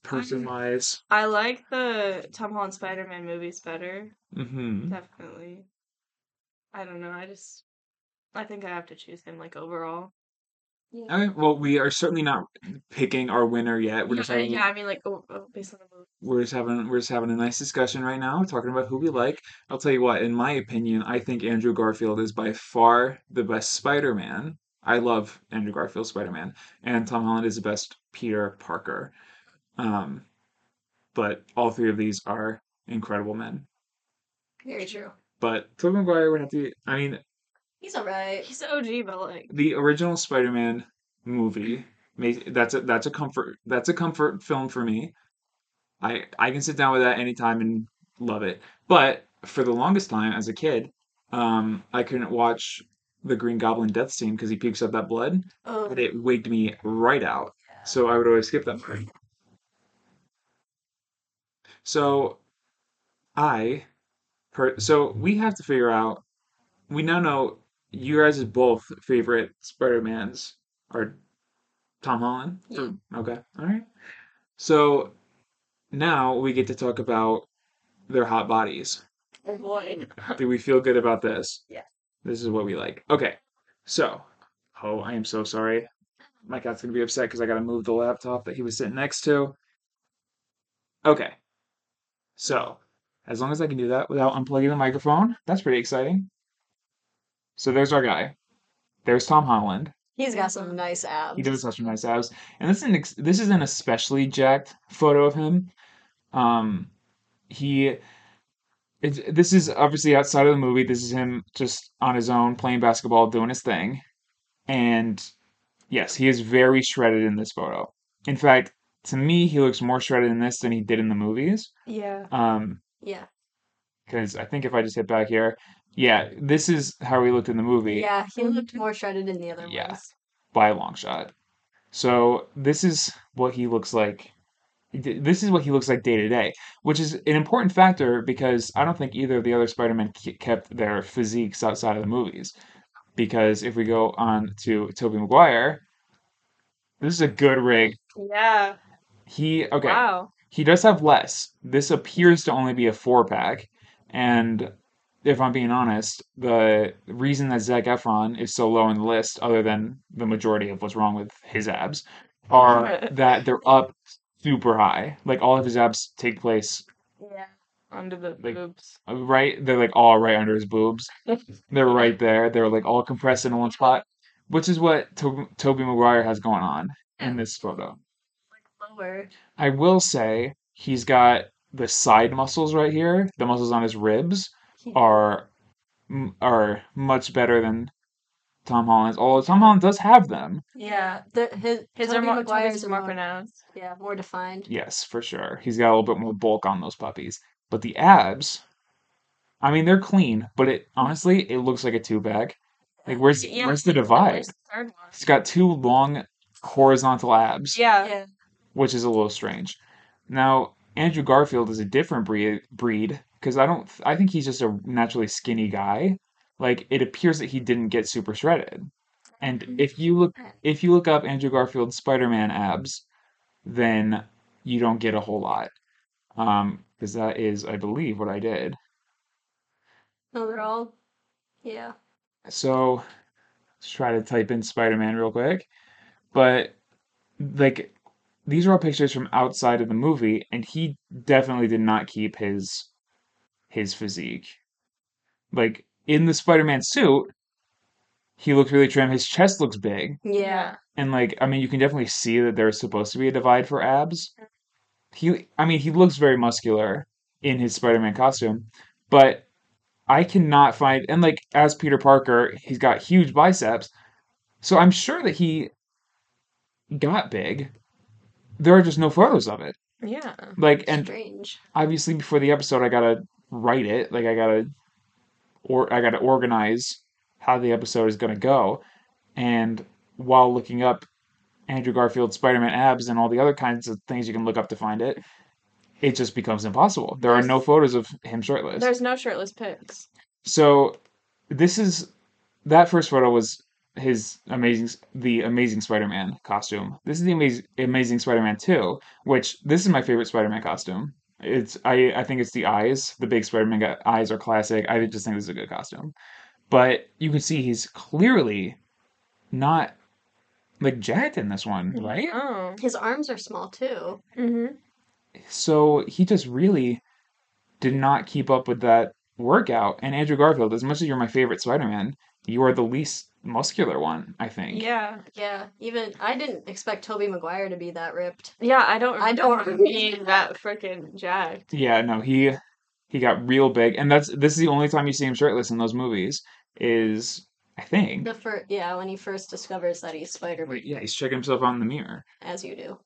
person-wise.
I like the Tom Holland Spider Man movies better.
Mm-hmm.
Definitely. I don't know. I just. I think I have to choose him, like, overall.
Yeah.
Okay, well, we are certainly not picking our winner yet. We're
yeah,
just having
yeah, I mean, like, oh, oh, based on the movie.
we're just having we're just having a nice discussion right now, talking about who we like. I'll tell you what, in my opinion, I think Andrew Garfield is by far the best Spider-Man. I love Andrew Garfield Spider-Man, and Tom Holland is the best Peter Parker. Um, but all three of these are incredible men.
Very true.
But Tobey Maguire would have to. I mean,
He's alright.
He's OG, but like
the original Spider-Man movie. ma- That's a that's a comfort that's a comfort film for me. I I can sit down with that anytime and love it. But for the longest time as a kid, um, I couldn't watch the Green Goblin death scene because he pukes up that blood,
Oh,
and it wigged me right out. So I would always skip that part. So I, per- so we have to figure out. We now know you guys' both favorite Spider-Mans are Tom Holland.
Yeah.
Okay. All right. So now we get to talk about their hot bodies.
oh boy.
Do we feel good about this?
Yeah.
This is what we like. Okay. So, oh, I am so sorry. My cat's gonna be upset because I gotta move the laptop that he was sitting next to. Okay. So, as long as I can do that without unplugging the microphone, that's pretty exciting. So there's our guy. There's Tom Holland.
He's got some nice abs.
He does have some nice abs, and this is an ex- this is an especially jacked photo of him. Um, he, it's, this is obviously outside of the movie. This is him just on his own playing basketball, doing his thing, and yes, he is very shredded in this photo. In fact, to me, he looks more shredded in this than he did in the movies.
yeah.
Um,
Yeah.
because I think if I just hit back here, yeah, this is how he looked in the movie.
Yeah, he looked more shredded in the other
Yeah.
ones.
by a long shot. So this is what he looks like. th- This is what he looks like day to day, which is an important factor because I don't think either of the other Spider-Man ke- kept their physiques outside of the movies. Because if we go on to Tobey Maguire, this is a good rig.
Yeah.
He okay.
Wow.
He does have less. This appears to only be a four pack. And if I'm being honest, the reason that Zach Efron is so low on the list, other than the majority of what's wrong with his abs, are that they're up super high. Like all of his abs take place
Yeah.
Under the
Like-
boobs.
uh, right, they're like all right under his boobs. They're right there. They're like all compressed in one spot, which is what Toby Tobey Maguire has going on in this photo.
Lower.
I will say he's got the side muscles right here. The muscles on his ribs
He-
are m- are much better than Tom Holland's. Although Tom Holland does have them,
Yeah. The, his
His
Tobey
are more,
Maguire's
Toby's are more pronounced.
Yeah, more defined.
yes, for sure. He's got a little bit more bulk on those puppies, but the abs, I mean, they're clean. But it honestly, it looks like a two pack. Like where's
Yeah,
where's the
like,
divide?
where's the third one?
He's got two long horizontal abs.
Yeah.
Yeah.
which is a little strange. Now, Andrew Garfield is a different breed breed because I don't I think he's just a naturally skinny guy. Like it appears that he didn't get super shredded. And if you look if you look up Andrew Garfield's Spider-Man abs, then you don't get a whole lot. Um because that is I believe what I did.
No, they're all. Yeah.
So let's try to type in Spider-Man real quick. But like these are all pictures from outside of the movie, and he definitely did not keep his his physique. Like in the Spider-Man suit, he looked really trim. His chest looks big,
Yeah.
and like I mean, you can definitely see that there's supposed to be a divide for abs. He, I mean, he looks very muscular in his Spider-Man costume, but I cannot find and like as Peter Parker, he's got huge biceps, so I'm sure that he got big. There are just no photos of it.
Yeah.
Like and
Strange.
obviously before the episode I gotta write it. Like I gotta or I gotta organize how the episode is gonna go. And while looking up Andrew Garfield's Spider-Man abs and all the other kinds of things you can look up to find it, it just becomes impossible. There are no photos of him shirtless.
There's no shirtless pics.
So this is that first photo was his amazing the amazing Spider-Man costume. This is the amazing amazing Spider-Man 2, which this is my favorite Spider-Man costume. It's I I think it's the eyes. The big Spider-Man got, eyes are classic. I just think this is a good costume. But you can see he's clearly not like jacked in this one, right?
Oh.
His arms are small too.
Mm-hmm.
So he just really did not keep up with that workout. And Andrew Garfield, as much as you're my favorite Spider-Man, you are the least muscular one, I think.
Yeah.
Yeah. Even I didn't expect Toby Maguire to be that ripped.
Yeah, I don't
I don't
remember being
remember
that freaking jacked.
Yeah, no, he he got real big, and that's this is the only time you see him shirtless in those movies. Is I think.
The first, yeah, when he first discovers that he's Spider Man,
Wait, yeah, he's checking himself out in the mirror.
as you do.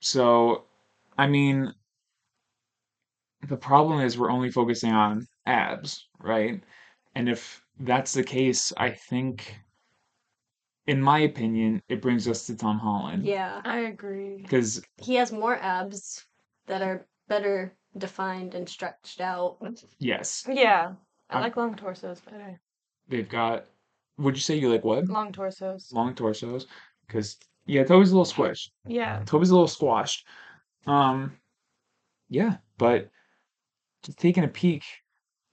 So, I mean, the problem is we're only focusing on abs, right? And if that's the case, I think, in my opinion, it brings us to Tom Holland.
Yeah,
I agree.
Because
he has more abs that are better defined and stretched out.
yes,
Yeah. I
I'm-
like long torsos better.
they've got. Would you say you like what?
Long torsos.
Long torsos. Because yeah, Toby's a little squished.
Yeah.
Toby's a little squashed. Um, yeah, but just taking a peek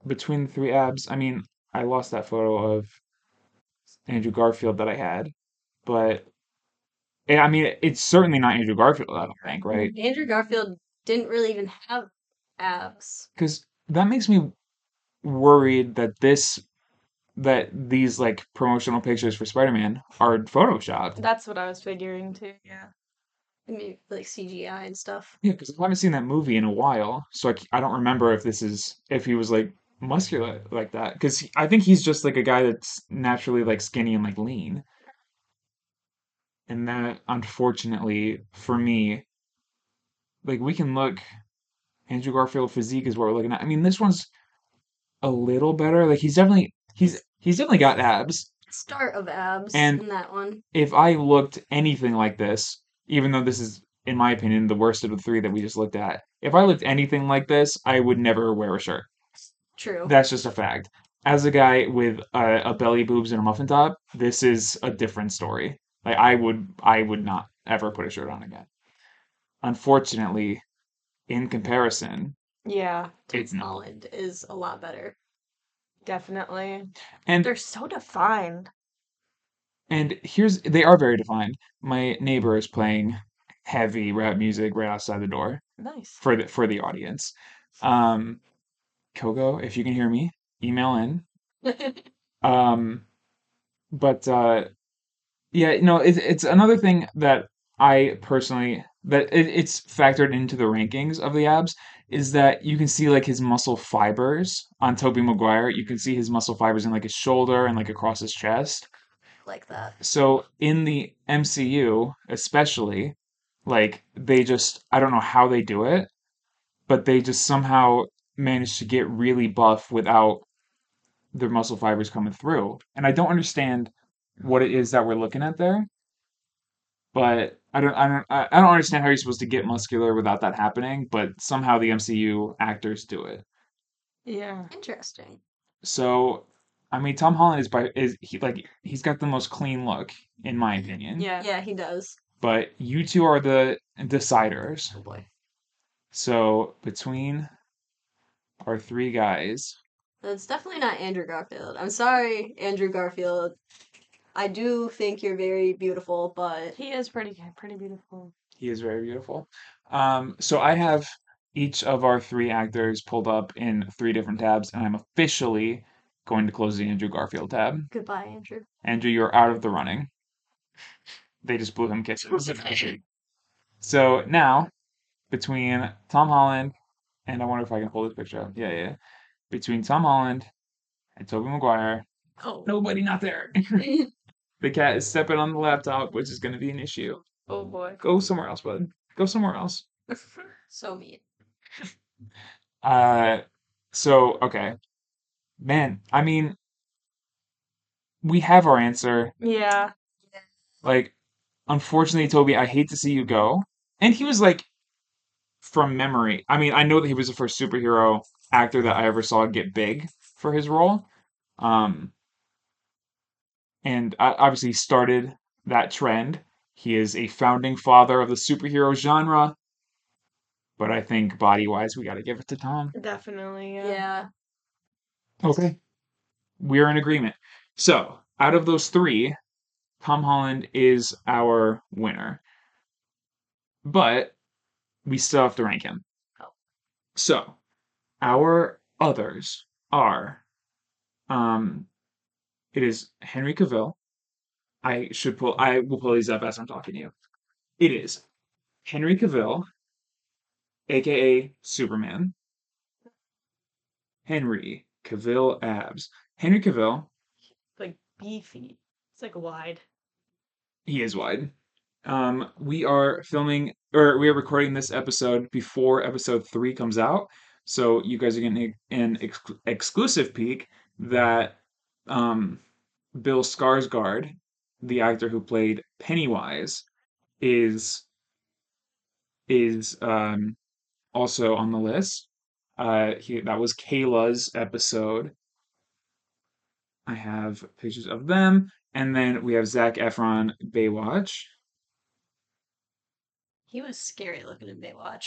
between the three abs. I mean, I lost that photo of Andrew Garfield that I had, but yeah, I mean, it's certainly not Andrew Garfield. I don't think, right?
Andrew Garfield didn't really even have abs.
Because that makes me worried that this, that these like promotional pictures for Spider-Man are photoshopped.
That's what I was figuring too. Yeah.
I mean, like CGI and stuff.
Yeah, because I haven't seen that movie in a while, so I, c- I don't remember if this is if he was like muscular like that. Because I think he's just like a guy that's naturally like skinny and like lean, and that unfortunately for me, like we can look Andrew Garfield physique is what we're looking at. I mean, this one's a little better. Like he's definitely he's he's definitely got abs.
Start of abs
And-
in that one.
If I looked anything like this, even though this is in my opinion the worst of the three that we just looked at, if I looked anything like this, I would never wear a shirt.
True.
That's just a fact. As a guy with a, a belly, boobs, and a muffin top, this is a different story. Like I would, I would not ever put a shirt on again. Unfortunately, in comparison,
Yeah.
it's not.
Holland is a lot better.
Definitely.
And
They're so defined.
and here's they are very defined. My neighbor is playing heavy rap music right outside the door
Nice.
for the for the audience. Um, Kogo, if you can hear me, email in. Um, but uh, yeah, no, it's it's another thing that I personally that it, it's factored into the rankings of the abs is that you can see like his muscle fibers on Toby Maguire. You can see his muscle fibers in like his shoulder and like across his chest.
like that.
So in the MCU, especially, like they just I don't know how they do it, but they just somehow manage to get really buff without their muscle fibers coming through. And I don't understand what it is that we're looking at there. But I don't I don't I I don't understand how you're supposed to get muscular without that happening, but somehow the MCU actors do it.
Yeah.
Interesting.
So I mean Tom Holland is by is he like he's got the most clean look in my opinion.
Yeah.
Yeah, he does.
But you two are the deciders.
Oh boy.
So between our three guys,
That's definitely not Andrew Garfield. I'm sorry, Andrew Garfield. I do think you're very beautiful, but
He is pretty pretty beautiful.
he is very beautiful. Um, so I have each of our three actors pulled up in three different tabs, and I'm officially going to close the Andrew Garfield tab.
goodbye, Andrew.
Andrew, you're out of the running. They just blew him kisses. so now, between Tom Holland and I wonder if I can hold this picture up. Yeah, yeah. Between Tom Holland and Tobey Maguire,
Oh.
nobody not there. the cat is stepping on the laptop, which is going to be an issue.
Oh boy.
Go somewhere else, bud. Go somewhere else.
So mean.
Uh, so okay, man. I mean, we have our answer.
yeah.
Like, unfortunately, Toby, I hate to see you go. And he was like, from memory. I mean, I know that he was the first superhero actor that I ever saw get big for his role. Um, and uh, obviously, he started that trend. He is a founding father of the superhero genre. But I think body wise, we got to give it to Tom.
Definitely. Yeah.
Yeah.
Okay. We're in agreement. So, out of those three, Tom Holland is our winner. But we still have to rank him.
Oh.
So, our others are um it is Henry Cavill. I should pull I will pull these up as I'm talking to you. It is Henry Cavill, aka Superman. Henry Cavill abs. Henry Cavill
Like
beefy.
It's like wide.
He is wide. Um, we are filming or we are recording this episode before episode three comes out, so you guys are getting an ex- exclusive peek that um, Bill Skarsgård, the actor who played Pennywise, is is um, also on the list. Uh, he, that was Kayla's episode. I have pictures of them. And then we have Zach Efron, Baywatch.
He was scary looking in Baywatch.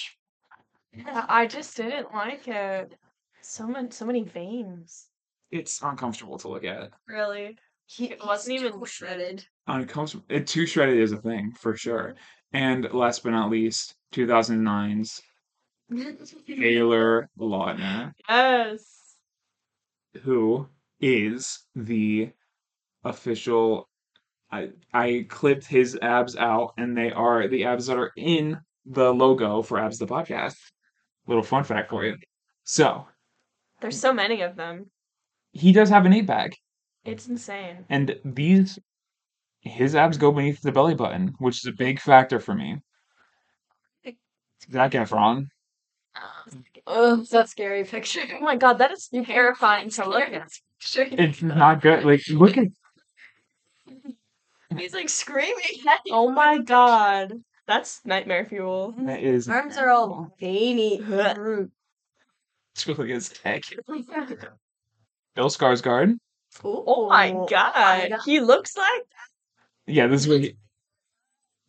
Yeah, I just didn't like it. So much, so many veins.
It's uncomfortable to look at.
Really?
He
It wasn't
he's
even
too shredded.
Uncomfortable. It, too shredded is a thing for sure. And last but not least, 2009's Taylor Lautner,
Yes.
who is the official. I I clipped his abs out, and they are the abs that are in the logo for Abs the Podcast. Little fun fact for you. So
There's so many of them.
he does have an eight pack.
It's insane.
And these, his abs go beneath the belly button, which is a big factor for me. Zac Efron.
Oh, that's scary picture.
Oh my god, that is terrifying to look at.
It's not good. Like, look at
He's like screaming.
Oh my god. That's nightmare fuel.
that is
Arms are all veiny.
it's really is heck. Bill Skarsgård.
Oh my god.
God.
He looks like
Yeah, this is what he-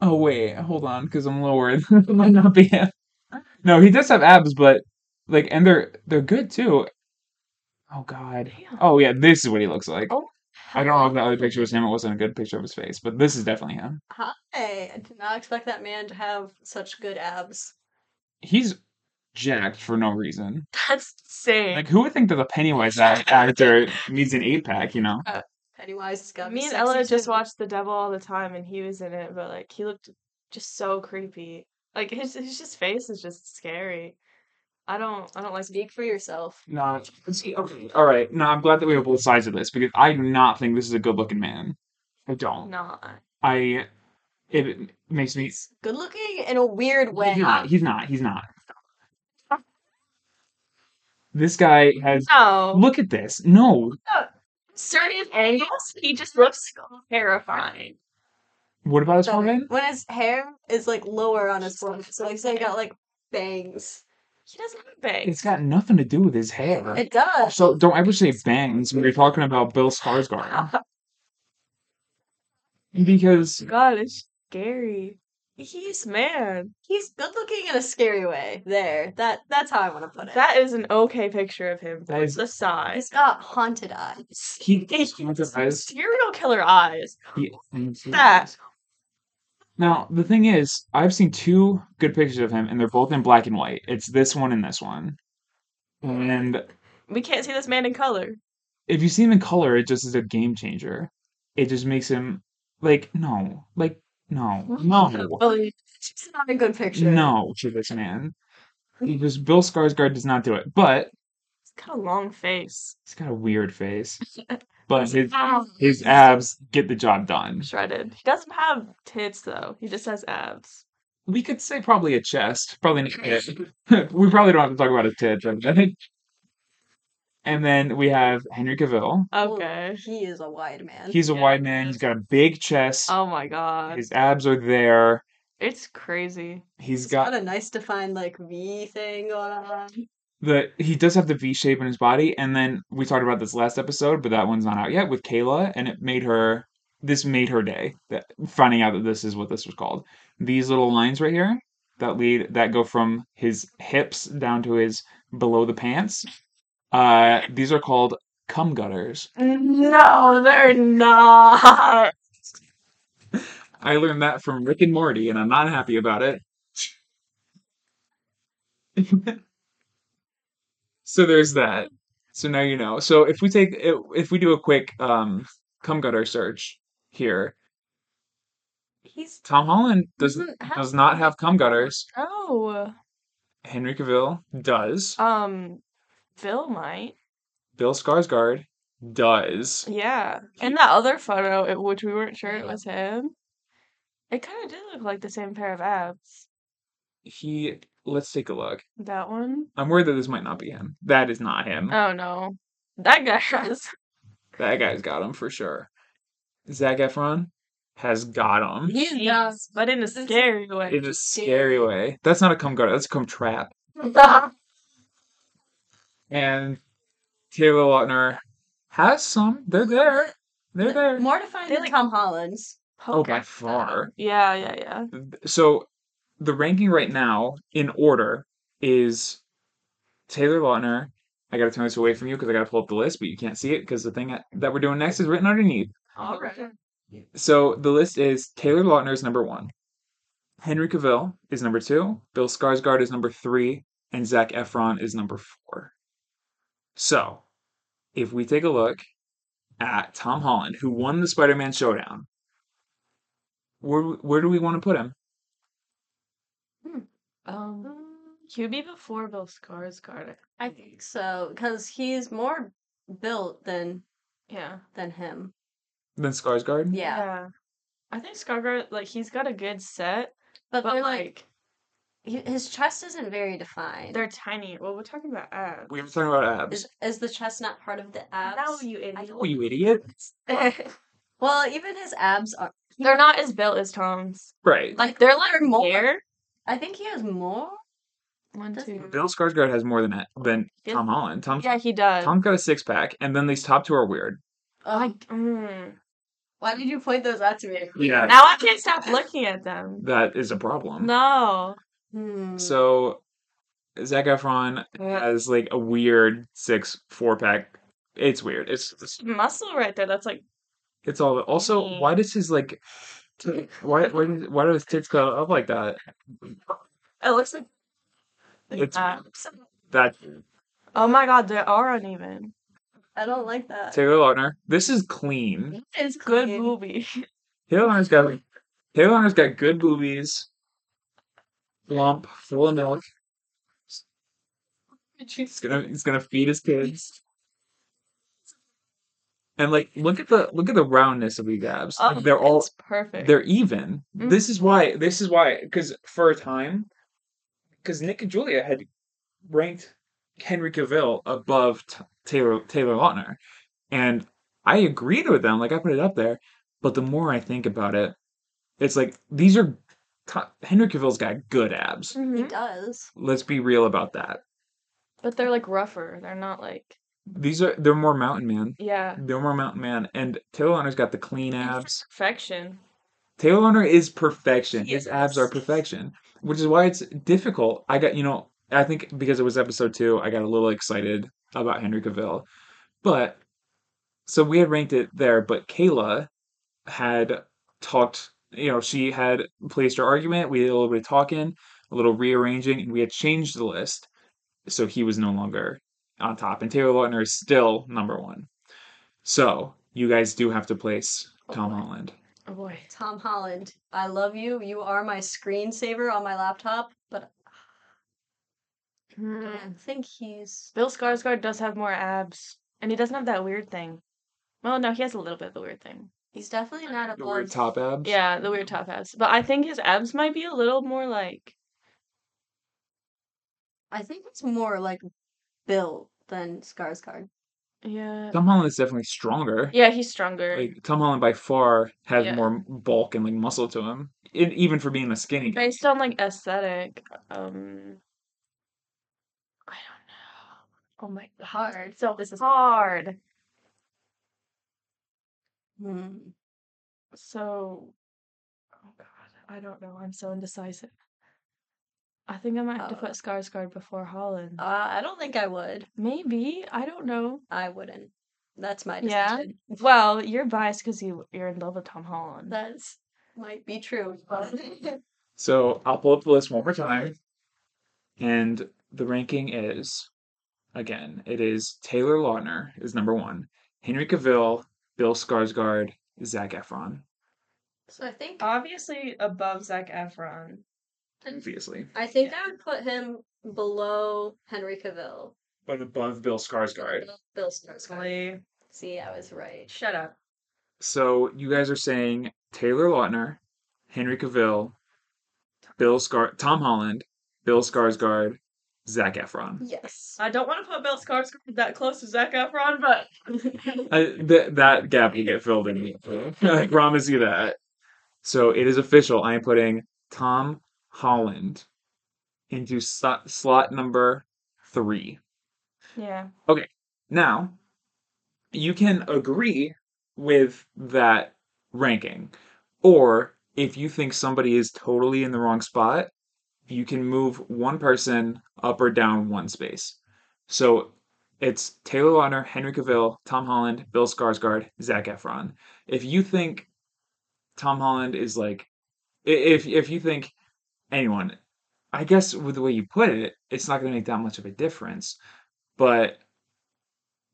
Oh wait, hold on, because I'm lower. it might not be him. No, he does have abs, but like, and they're they're good too. Oh god. Oh yeah, this is what he looks like.
Oh,
I don't know if the other picture was him. It wasn't a good picture of his face, but this is definitely him.
Hey, I did not expect that man to have such good abs.
he's jacked for no reason.
that's insane.
Like, who would think that the Pennywise act- actor needs an eight pack? You know,
Pennywise has got
Me and Ella just watched The Devil all the time, and he was in it, but like he looked just so creepy. Like his his just face is just scary. I don't I don't like
Speak for yourself.
no. See, okay, all right. No, I'm glad that we have both sides of this because I do not think this is a good looking man. I don't.
not.
I. It makes me.
He's good looking in a weird way.
He's not. He's not. He's not. This guy has.
No,
Look at this. No.
certain angles he just looks terrifying.
What about his
But
forehead?
when his hair is like lower on his forehead, so like so he got like bangs.
He doesn't have bangs.
It's got nothing to do with his hair.
It does.
So don't ever say bangs when you're talking about Bill Skarsgård. Because
God, it's scary. He's man.
He's good looking in a scary way. There, that that's how I want to put it.
That is an okay picture of him.
That is-
the size.
He's got haunted eyes.
he traumatized
Serial killer eyes.
he-
That.
Now the thing is, I've seen two good pictures of him, and they're both in black and white. It's this one and this one. And
We can't see this man in color.
if you see him in color, it just is a game changer. It just makes him like no, like no, no,
Oh,
Well, it's just not a good picture.
no to this man. Because Bill Skarsgård does not do it, but
He's got a long face.
He's got a weird face, but his
Ah,
his abs get the job done.
shredded. He doesn't have tits though. He just has abs.
We could say probably a chest, probably not a tit. we probably don't have to talk about his tits. I think. And then we have Henry Cavill.
Well,
Okay.
He is a wide man.
He's a
Yeah.
wide man. He's got a big chest.
Oh my god.
His abs are there.
It's crazy.
He's
He's
got
a nice defined like V thing going on.
the he does have the V shape in his body. And then we talked about this last episode, but that one's not out yet with Kayla, and it made her this made her day that finding out that this is what this was called. These little lines right here that lead that go from his hips down to his below the pants. Uh these are called cum gutters.
No, they're not.
I learned that from Rick and Morty, and I'm not happy about it. so there's that. So now you know. So if we take if we do a quick um cum gutter search here,
He's
Tom Holland does
Doesn't have Oh,
does not have cum gutters.
no. Oh.
Henry Cavill does.
Um, Phil might.
Bill Skarsgård does.
Yeah.
He-
And that other photo, it- which we weren't sure it
Yeah.
was him, it kind of did look like the same pair of abs.
He let's take a look.
That one.
I'm worried that this might not be him. That is not him.
Oh no. That guy has.
That guy's got him for sure. Zach Efron has got him
He's not.
abs, But in a
It's-
scary way.
in a scary way. That's not a cum guard. That's a cum trap. And Taylor Lautner has some. They're there. They're there.
Mortified
They
than
like-
Tom Holland's.
Oh,
Poker.
by far.
Yeah, yeah, yeah.
So the ranking right now in order is Taylor Lautner. I gotta turn this away from you because I gotta pull up the list, but you can't see it because the thing that- that we're doing next is written underneath.
All right.
So the list is Taylor Lautner is number one, Henry Cavill is number two, Bill Skarsgård is number three, and Zach Efron is number four. So if we take a look at Tom Holland, who won the Spider-Man showdown, where where do we want to put him?
Um,
He'd be before Bill Skarsgård.
I think so because he's more built than
Yeah.
than him.
Then Skarsgård?
Yeah,
I think Skarsgård, like, he's got a good set,
but,
but,
they're like,
like,
hi- his chest isn't very defined.
they're tiny. Well, we're talking about abs.
We were talking about abs.
Is, is the chest not part of the abs?
Now you
I
idiot.
Oh, you idiot.
Well, even his abs are
they're not as built as Tom's.
Right.
Like, they're like
They're more-
here.
I think he has more.
One,
Does
two.
Bill Skarsgård has more than that, than
Yeah.
Tom Holland. Tom
Yeah, he does.
Tom's got a six pack, and then these top two are weird.
Oh,
Mm.
why did you point those out to me?
Yeah.
Now I can't stop looking at them.
That is a problem.
No.
Hmm.
So Zac Efron has like a weird six four pack. It's weird. It's it's,
Muscle right there. That's like,
it's all. Also,
Mhm.
why does his like why why does- why do his tits go up like that?
it looks like. like
It's-
that.
That
Oh my god, they are uneven.
I don't like that.
Taylor Lautner. This is clean.
It's
Good
clean.
movie.
Taylor Lautner's got Taylor Lautner's got good boobies. Lump full of milk. He's gonna he's gonna feed his kids. And like look at the look at the roundness of these abs. Like,
Oh,
they're all
it's perfect.
they're even. This is why this is why because for a time because Nick and Julia had ranked Henry Cavill above T- Taylor Taylor Lautner. And I agreed with them, like I put it up there, but the more I think about it, it's like these are co- Henry Cavill's got good abs.
He
Mhm.
does.
Let's be real about that.
But they're like rougher. They're not like
These are they're more mountain man.
yeah.
They're more mountain man, and Taylor Lautner's got the clean abs.
Perfection.
Taylor Lautner is perfection. His
Yes.
abs are perfection, which is why it's difficult. I got you know I think because it was episode two, I got a little excited about Henry Cavill, but so we had ranked it there, but Kayla had talked. You know, she had placed her argument. We did a little bit of talking, a little rearranging, and we had changed the list, so he was no longer on top, and Taylor Lautner is still number one. So you guys do have to place Tom Holland.
Oh boy.
Tom Holland, I love you. You are my screensaver on my laptop, but I don't think he's.
Mm. Bill Skarsgård does have more abs, and he doesn't have that weird thing. Well, no, he has a little bit of the weird thing.
He's definitely not a
The weird
blonde.
top abs.
Yeah, the weird top abs. But I think his abs might be a little more like
I think it's more like Bill than Skarsgård.
yeah.
Tom Holland is definitely stronger.
Yeah, he's stronger.
Like Tom Holland by far has
Yeah.
more bulk and like muscle to him, it, even for being a skinny guy.
Based on like aesthetic, um, I don't know. Oh my god,
Hard.
So this is hard.
Hmm.
So, oh god, I don't know. I'm so indecisive. I think I might have to
Uh,
put Skarsgård before Holland.
Uh, I don't think I would.
Maybe I don't know.
I wouldn't. That's my
Yeah.
decision.
Well, you're biased because you you're in love with Tom Holland.
That's might be true. But
So I'll pull up the list one more time. And the ranking is again, it is Taylor Lautner is number one, Henry Cavill, Bill Skarsgård, Zach Efron,
so I think
Obviously above Zac Efron.
obviously,
I think I would put him below Henry Cavill.
but above Bill Skarsgård.
Bill Skarsgård. See, I was right.
Shut up.
So you guys are saying Taylor Lautner, Henry Cavill, Bill Scar, Tom Holland, Bill Skarsgård, Zach Efron.
Yes.
I don't want to put Bill Skarsgård that close to Zach Efron, but
I, th- that gap will get filled in. I promise you that. So it is official. I am putting Tom Holland into slot, slot number three.
Yeah.
Now, you can agree with that ranking, or if you think somebody is totally in the wrong spot, you can move one person up or down one space. So it's Taylor Lautner, Henry Cavill, Tom Holland, Bill Skarsgård, Zach Efron. If you think Tom Holland is like, i- if if you think anyone, I guess with the way you put it, it's not going to make that much of a difference, but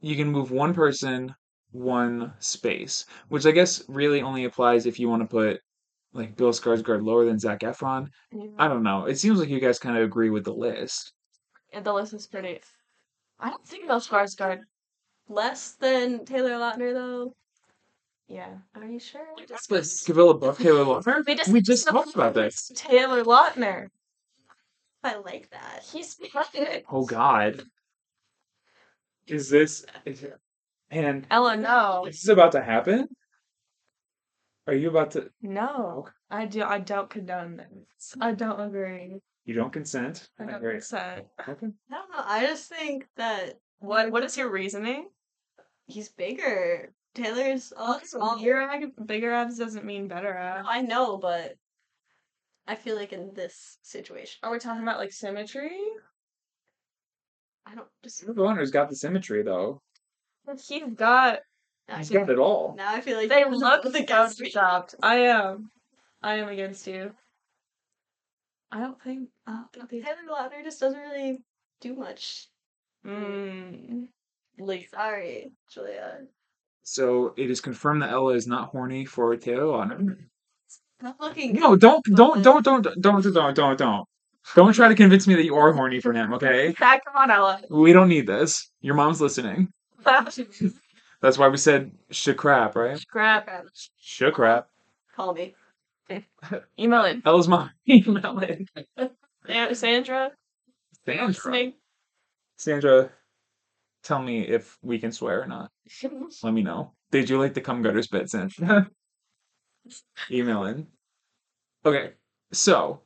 you can move one person one space, which I guess really only applies if you want to put like Bill Skarsgård lower than Zach Efron. I
yeah.
don't know. It seems like you guys kind of agree with the list.
Yeah, the list is pretty. I don't think Bill Skarsgård.
Less than Taylor Lautner, though.
Yeah.
Are you sure?
Is Cavill above Taylor Lautner?
We just,
We just talked about this.
Taylor Lautner.
I like that.
He's perfect.
Oh God. Is this? Is it, and
Ella, no.
is this about to happen? Are you about to?
No. I do. I don't condone this. I don't agree.
You don't consent.
I don't
Alright.
consent.
Okay.
I don't know. I just think that
What? What is your reasoning?
he's bigger. Taylor's a lot smaller.
Your ab, bigger abs doesn't mean better abs.
I know, but I feel like in this situation,
Are we talking about like symmetry?
I don't just.
Taylor Lautner's got the symmetry though.
He's got.
I
He's
feel-
got it all.
Now I feel like
They
this is
look
both against me.
photoshopped. I am. I am against you. I don't think. I don't think these-
Uh, Taylor Lautner just doesn't really do much.
Mm. Leave.
Sorry, Julia.
So it is confirmed that Ella is not horny for Taylor Lautner.
Stop looking.
No, don't, don't, don't, don't, don't, don't, don't, don't, don't. Don't try to convince me that you are horny for him, okay?
Back on, Ella.
We don't need this. Your mom's listening. That's why we said shit crap, right?
Crap.
Crap.
Shit crap.
Call me.
Email it.
Ella's mom. Email it.
Yeah, Sandra.
Sandra.
listening.
Sandra, tell me if we can swear or not. Let me know. Did you like the cum gutters bit, Sandra? Email in. Okay, so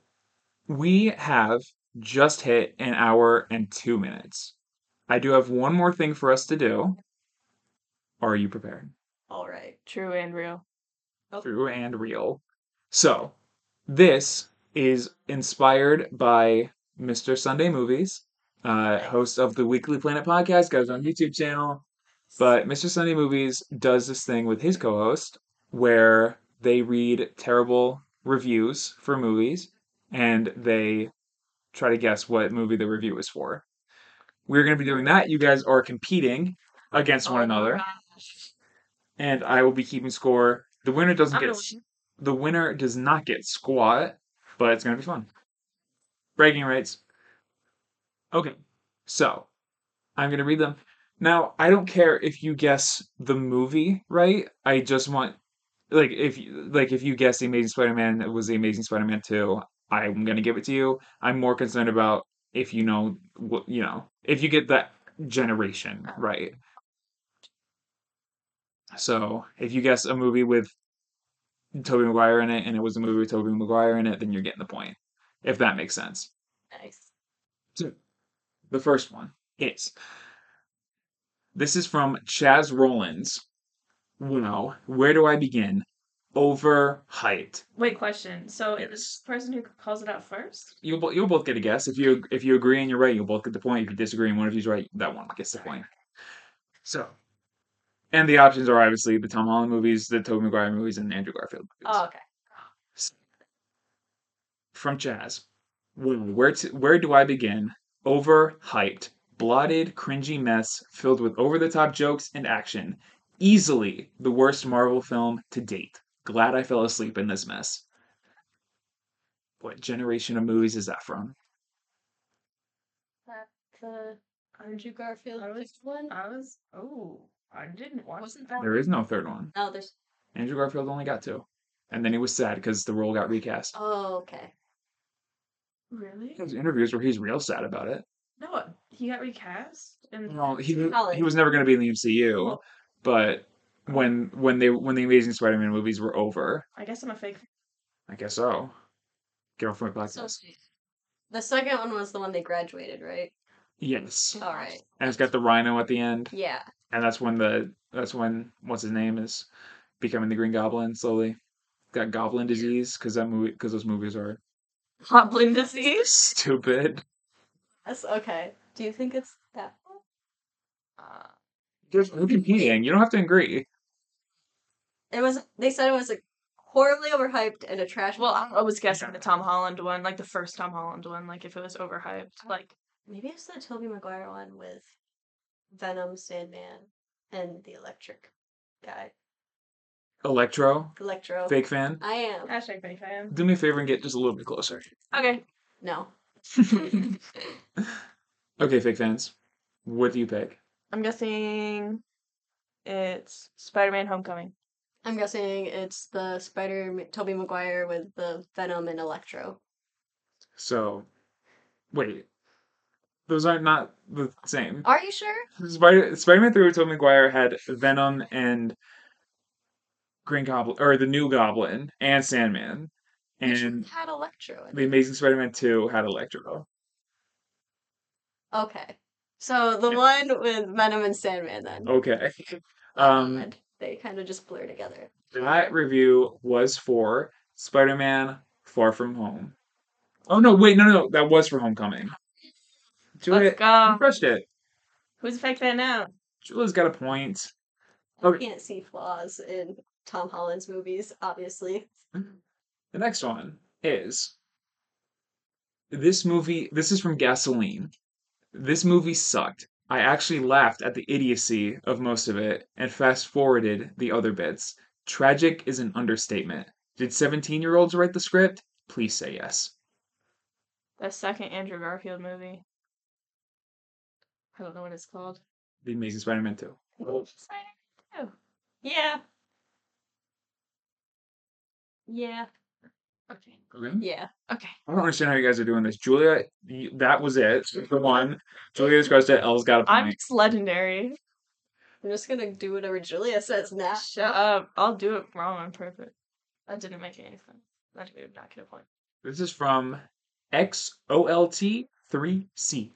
we have just hit an hour and two minutes. I do have one more thing for us to do. Are you prepared?
All right.
True and real.
True and real. So, this is inspired by Mr. Sunday Movies, uh, host of the Weekly Planet podcast, goes on YouTube channel. But Mr. Sunday Movies does this thing with his co host where they read terrible reviews for movies and they try to guess what movie the review is for. We're going to be doing that. You guys are competing against one
Oh my
another,
gosh.
and I will be keeping score. The winner doesn't
I'm
get
gonna
s-
win.
the winner does not get squat, but it's going to be fun. Bragging rights. Okay, so I'm going to read them. Now, I don't care if you guess the movie right. I just want, like, if you, like if you guess the Amazing Spider-Man it was the Amazing Spider-Man two, I'm going to give it to you. I'm more concerned about if you know what you know, if you get that generation
Oh.
right. So, if you guess a movie with Toby Maguire in it and it was a movie with Toby Maguire in it, then you're getting the point. If that makes sense.
Nice.
So the first one is this is from Chaz Rollins. Wow, where do I begin? Overhyped.
wait, question.
Oh,
So it was the person who calls it out first?
You'll bo- you'll both get a guess. If you if you agree and you're right, you'll both get the point. If you disagree and one of you's right, that one gets the point. So, and the options are obviously the Tom Holland movies, the Tobey Maguire movies, and the Andrew Garfield movies.
Oh, okay.
from Jazz. Wh- Where to, where do I begin? Overhyped, blotted, cringy mess filled with over-the-top jokes and action. Easily the worst Marvel film to date. Glad I fell asleep in this mess. What generation of movies is that from?
The Andrew Garfield
I was-
one.
I was. Oh. I didn't watch
Wasn't
that.
There is no third one.
No, Oh, there's.
Andrew Garfield only got two. And then he was sad because the role got recast.
Oh, okay.
Really?
There's interviews where he's real sad about it.
No, he got recast and
Well, he was-
Solid.
he was never going to be in the MCU, but when when they when the Amazing Spider-Man movies were over,
I guess I'm a fake.
I guess so. Get off my podcast.
So the second one was the one they graduated, right?
yes,
All right.
and it's got the Rhino at the end,
Yeah.
and that's when the that's when what's his name is becoming the Green Goblin slowly. Got Goblin disease because that movie because those movies are
Goblin disease.
stupid.
That's okay. Do you think it's that one?
Uh,
Just competing. You don't have to agree.
It was. They said it was like horribly overhyped and a trash.
well, I I was guessing the Tom Holland one, like the first Tom Holland one, like if it was overhyped, like
maybe it's the Tobey Maguire one with Venom, Sandman, and the Electric guy,
Electro,
Electro.
fake fan.
I am.
Hashtag fake fan.
Do me a favor and get just a little bit closer.
okay,
No.
Okay, fake fans. What do you pick?
I'm guessing it's Spider-Man: Homecoming.
I'm guessing it's the Spider Toby Maguire with the Venom and Electro.
So, wait, those are not the same.
Are you sure?
Spider Spider-Man Three with Tobey Maguire had Venom and Green Goblin, or the New Goblin and Sandman,
Which
and
had Electro. in
the Amazing Spider-Man Two had Electro.
it. Okay. So the
Yeah.
one with Venom and Sandman then.
Okay,
Um,
um,
they kind of just blur together.
that review was for Spider-Man Far From Home. Oh no, wait, no, no, that was for Homecoming. Julia,
Let's go.
you crushed it.
Who's a fake fan now?
Julia's got a point.
I
Okay.
can't see flaws in Tom Holland's movies, obviously.
The next one is this movie. This is from Gasoline. This movie sucked. I actually laughed at the idiocy of most of it and fast forwarded the other bits. Tragic is an understatement. Did 17 year olds write the script? Please say yes.
The second Andrew Garfield movie. I don't know what it's called.
The Amazing Spider Man 2.
Yeah. Yeah.
Okay.
Okay.
Yeah.
Okay.
I don't understand how you guys are doing this. Julia, you- that was it. The one. Julia's crushed it. Elle's got a
I'm
point.
just legendary.
I'm just gonna do whatever Julia says now.
Shut up. I'll do it wrong on purpose. That didn't make any sense. That did not get a point.
This is from XOLT3C.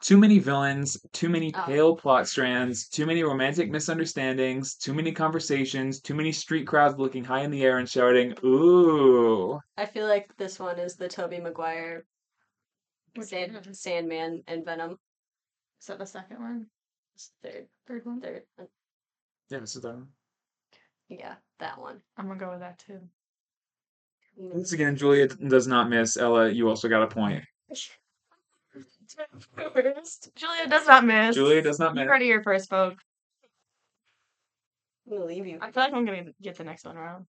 Too many villains, too many
Oh.
pale plot strands, too many romantic misunderstandings, too many conversations, too many street crowds looking high in the air and shouting, ooh.
I feel like this one is the Toby Maguire,
Which
Sand,
one?
Sandman, and Venom.
Is that the second one? It's the third. Third one? Third.
Yeah, this is that one.
uh, Yeah, that one.
I'm gonna go with that too.
Once again, Julia d- does not miss. Ella, you also got a point.
Julia does not miss.
Julia does not
You
miss.
heard of your first vote.
I'm gonna leave you.
I feel like I'm gonna get the next one wrong.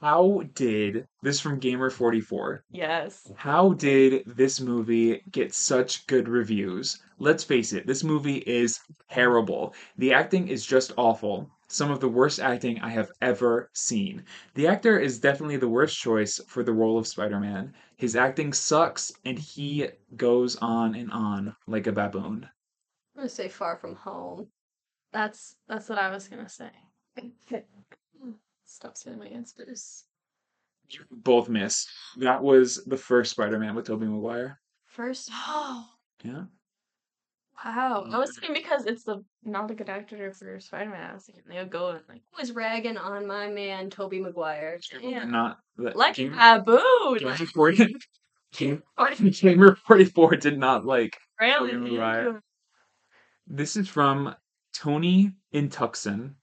How did this is from Gamer44?
Yes.
How did this movie get such good reviews? Let's face it, this movie is terrible. The acting is just awful. Some of the worst acting I have ever seen. The actor is definitely the worst choice for the role of Spider Man. His acting sucks, and he goes on and on like a baboon.
I'm gonna say Far From Home.
That's that's what I was gonna say. Stop stealing my answers.
You both missed. That was the first Spider Man with Tobey Maguire.
First,
Oh
Yeah.
wow. I was thinking because it's the not a good actor for Spider Man. I was thinking they'll go and like
was ragging on my man Toby Maguire.
yeah.
Not the
like
Gamer,
Abu.
Gamer 40 Gamer 44 did not like Tobey
Really?
Maguire. This is from Tony in Tucson.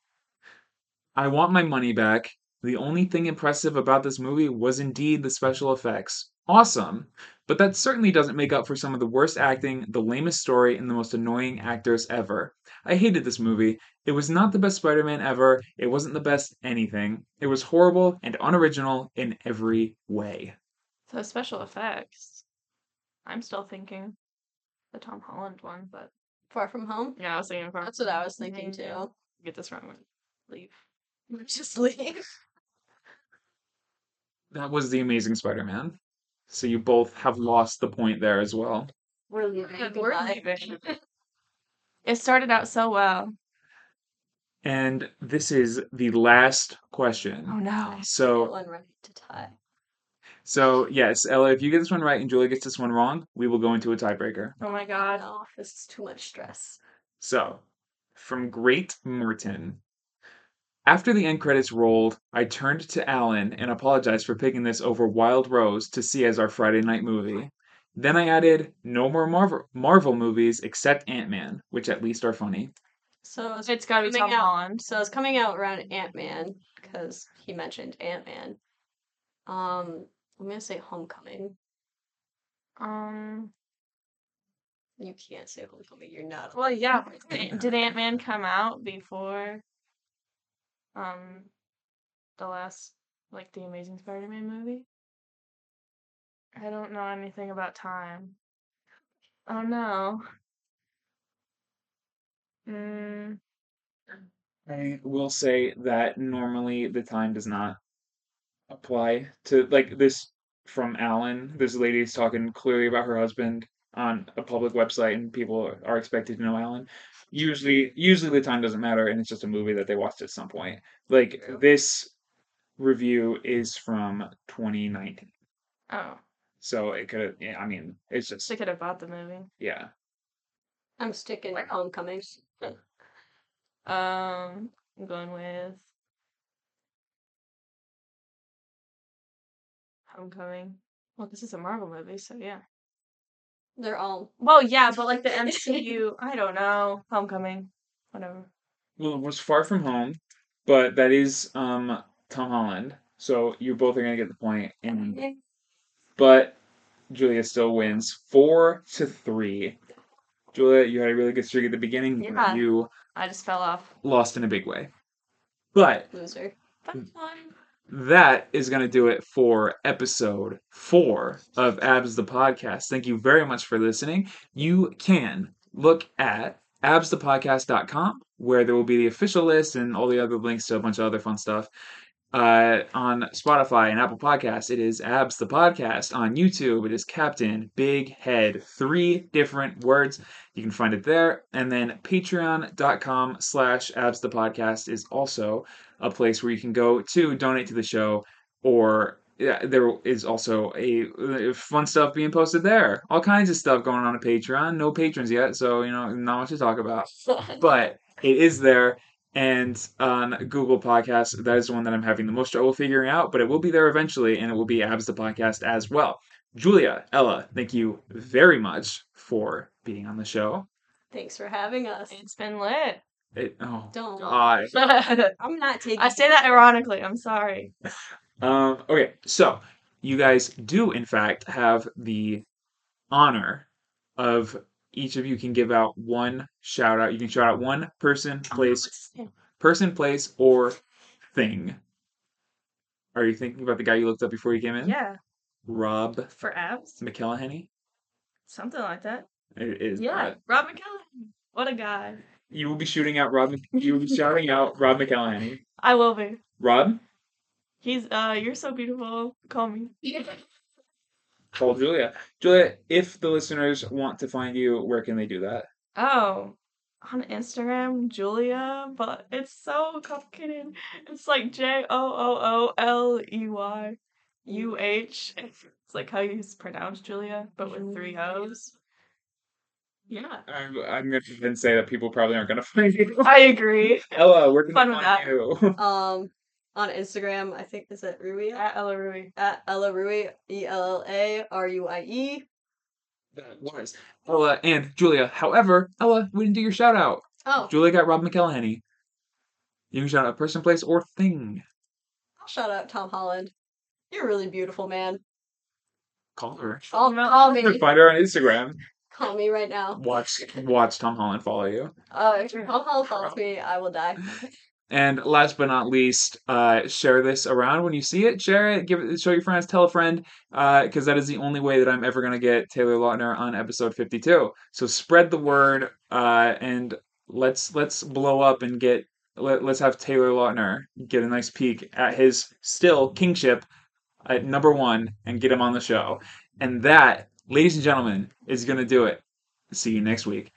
I want my money back. The only thing impressive about this movie was indeed the special effects. Awesome. But that certainly doesn't make up for some of the worst acting, the lamest story, and the most annoying actors ever. I hated this movie. It was not the best Spider Man ever. It wasn't the best anything. It was horrible and unoriginal in every way.
So special effects. I'm still thinking the Tom Holland one, but
Far From Home.
Yeah, I was thinking. Far
That's what I was thinking
Mhm, yeah.
too.
Get this wrong. one. Leave.
Just leave.
That was the Amazing Spider-Man. So you both have lost the point there as well.
We're leaving.
We're
Goodbye.
leaving. It started out so well.
And this is the last question.
Oh no.
So
One right to tie.
So yes, Ella, if you get this one right and Julia gets this one wrong, we will go into a tiebreaker.
Oh my god.
No, this is too much stress.
So, from Great Merton. After the end credits rolled, I turned to Alan and apologized for picking this over Wild Rose to see as our Friday night movie. Then I added, no more Marvel, Marvel movies except Ant Man, which at least are funny.
So it's
It's gotta be Tom
Coming out.
Holland.
So it's coming out around Ant Man because he mentioned Ant Man. Um, I'm gonna say Homecoming.
Um.
You can't say Homecoming. You're not.
Well, yeah. Did Ant Man come out before? Um, the last like the Amazing Spider Man movie. I don't know anything about time. Oh no. Mm,
I will say that normally the time does not apply to like this from Alan. This lady is talking clearly about her husband on a public website, and people are expected to know Alan. Usually, usually the time doesn't matter, and it's just a movie that they watched at some point. Like this review is from 2019,
oh,
so it could. have yeah, I mean, it's just
she could have bought the movie.
yeah.
I'm sticking with Homecoming.
Um, I'm going with Homecoming. Well, this is a Marvel movie, so yeah.
They're all
Well, yeah, but like the MCU, I don't know. Homecoming, whatever.
Well, it was Far From Home, but that is um Tom Holland. So you both are gonna get the point, and but Julia still wins four to three. Julia, you had a really good streak at the beginning, but
Yeah.
you
I just fell off.
lost in a big way. But
loser.
But
Mm.
um,
that is going to do it for episode four of Abs the Podcast. Thank you very much for listening. You can look at absthepodcast.com where there will be the official list and all the other links to a bunch of other fun stuff. Uh, on Spotify and Apple Podcasts, it is Abs the Podcast. On YouTube, it is Captain Big Head. Three different words. You can find it there. And then patreon.com slash abs the podcast is also a place where you can go to donate to the show or yeah, there is also a uh, fun stuff being posted there. All kinds of stuff going on at Patreon. No patrons yet, so you know not much to talk about. But it is there, and on Google Podcasts, that is the one that I'm having the most trouble figuring out. But it will be there eventually, and it will be Abs the podcast as well. Julia, Ella, thank you very much for being on the show.
Thanks for having us.
it's been lit.
It, oh,
Don't.
God.
I
I'm not taking.
say that ironically. I'm sorry.
Um, okay, so you guys do, in fact, have the honor of each of you can give out one shout out. You can shout out one person, place, person, place, or thing. Are you thinking about the guy you looked up before you came in?
Yeah.
Rob
For abs?
McKellahenney?
Something like that.
It is.
Yeah.
that.
Rob McKellen. What a guy.
uh, You will be shooting out Rob. Mc- You will be shouting out Rob McKellahenney.
I will be.
Rob,
He's uh, you're so beautiful. Call me.
call Julia. Julia, if the listeners want to find you, where can they do that?
Oh, on Instagram, Julia, but it's so complicated. It's like J O O O L E Y U H. It's like how you pronounce Julia, but with three O's.
Yeah.
I'm, I'm going to then say that people probably aren't going to find you.
I agree.
Ella, where can
Fun
they
with
find you?
Um, on Instagram, I think is it Rui
At Ella Rui.
at Ella Rui E L L A R U I E.
That was Ella and Julia. However, Ella, we didn't do your shout out.
Oh,
Julia got Rob McElhenney. You can shout out person, place, or thing.
I'll shout out Tom Holland. You're a really beautiful man.
Call her.
Call, call me.
Find her on Instagram.
Call me right now.
Watch watch Tom Holland follow you.
Uh, if Tom Holland follows me, I will die.
And last but not least, uh, share this around when you see it. Share it, give it, show your friends, tell a friend, because that is the only way that I'm ever going to get Taylor Lautner on episode 52. So spread the word, uh, and let's let's blow up and get let, let's have Taylor Lautner get a nice peek at his still kingship at number one and get him on the show. And that, ladies and gentlemen, is going to do it. See you next week.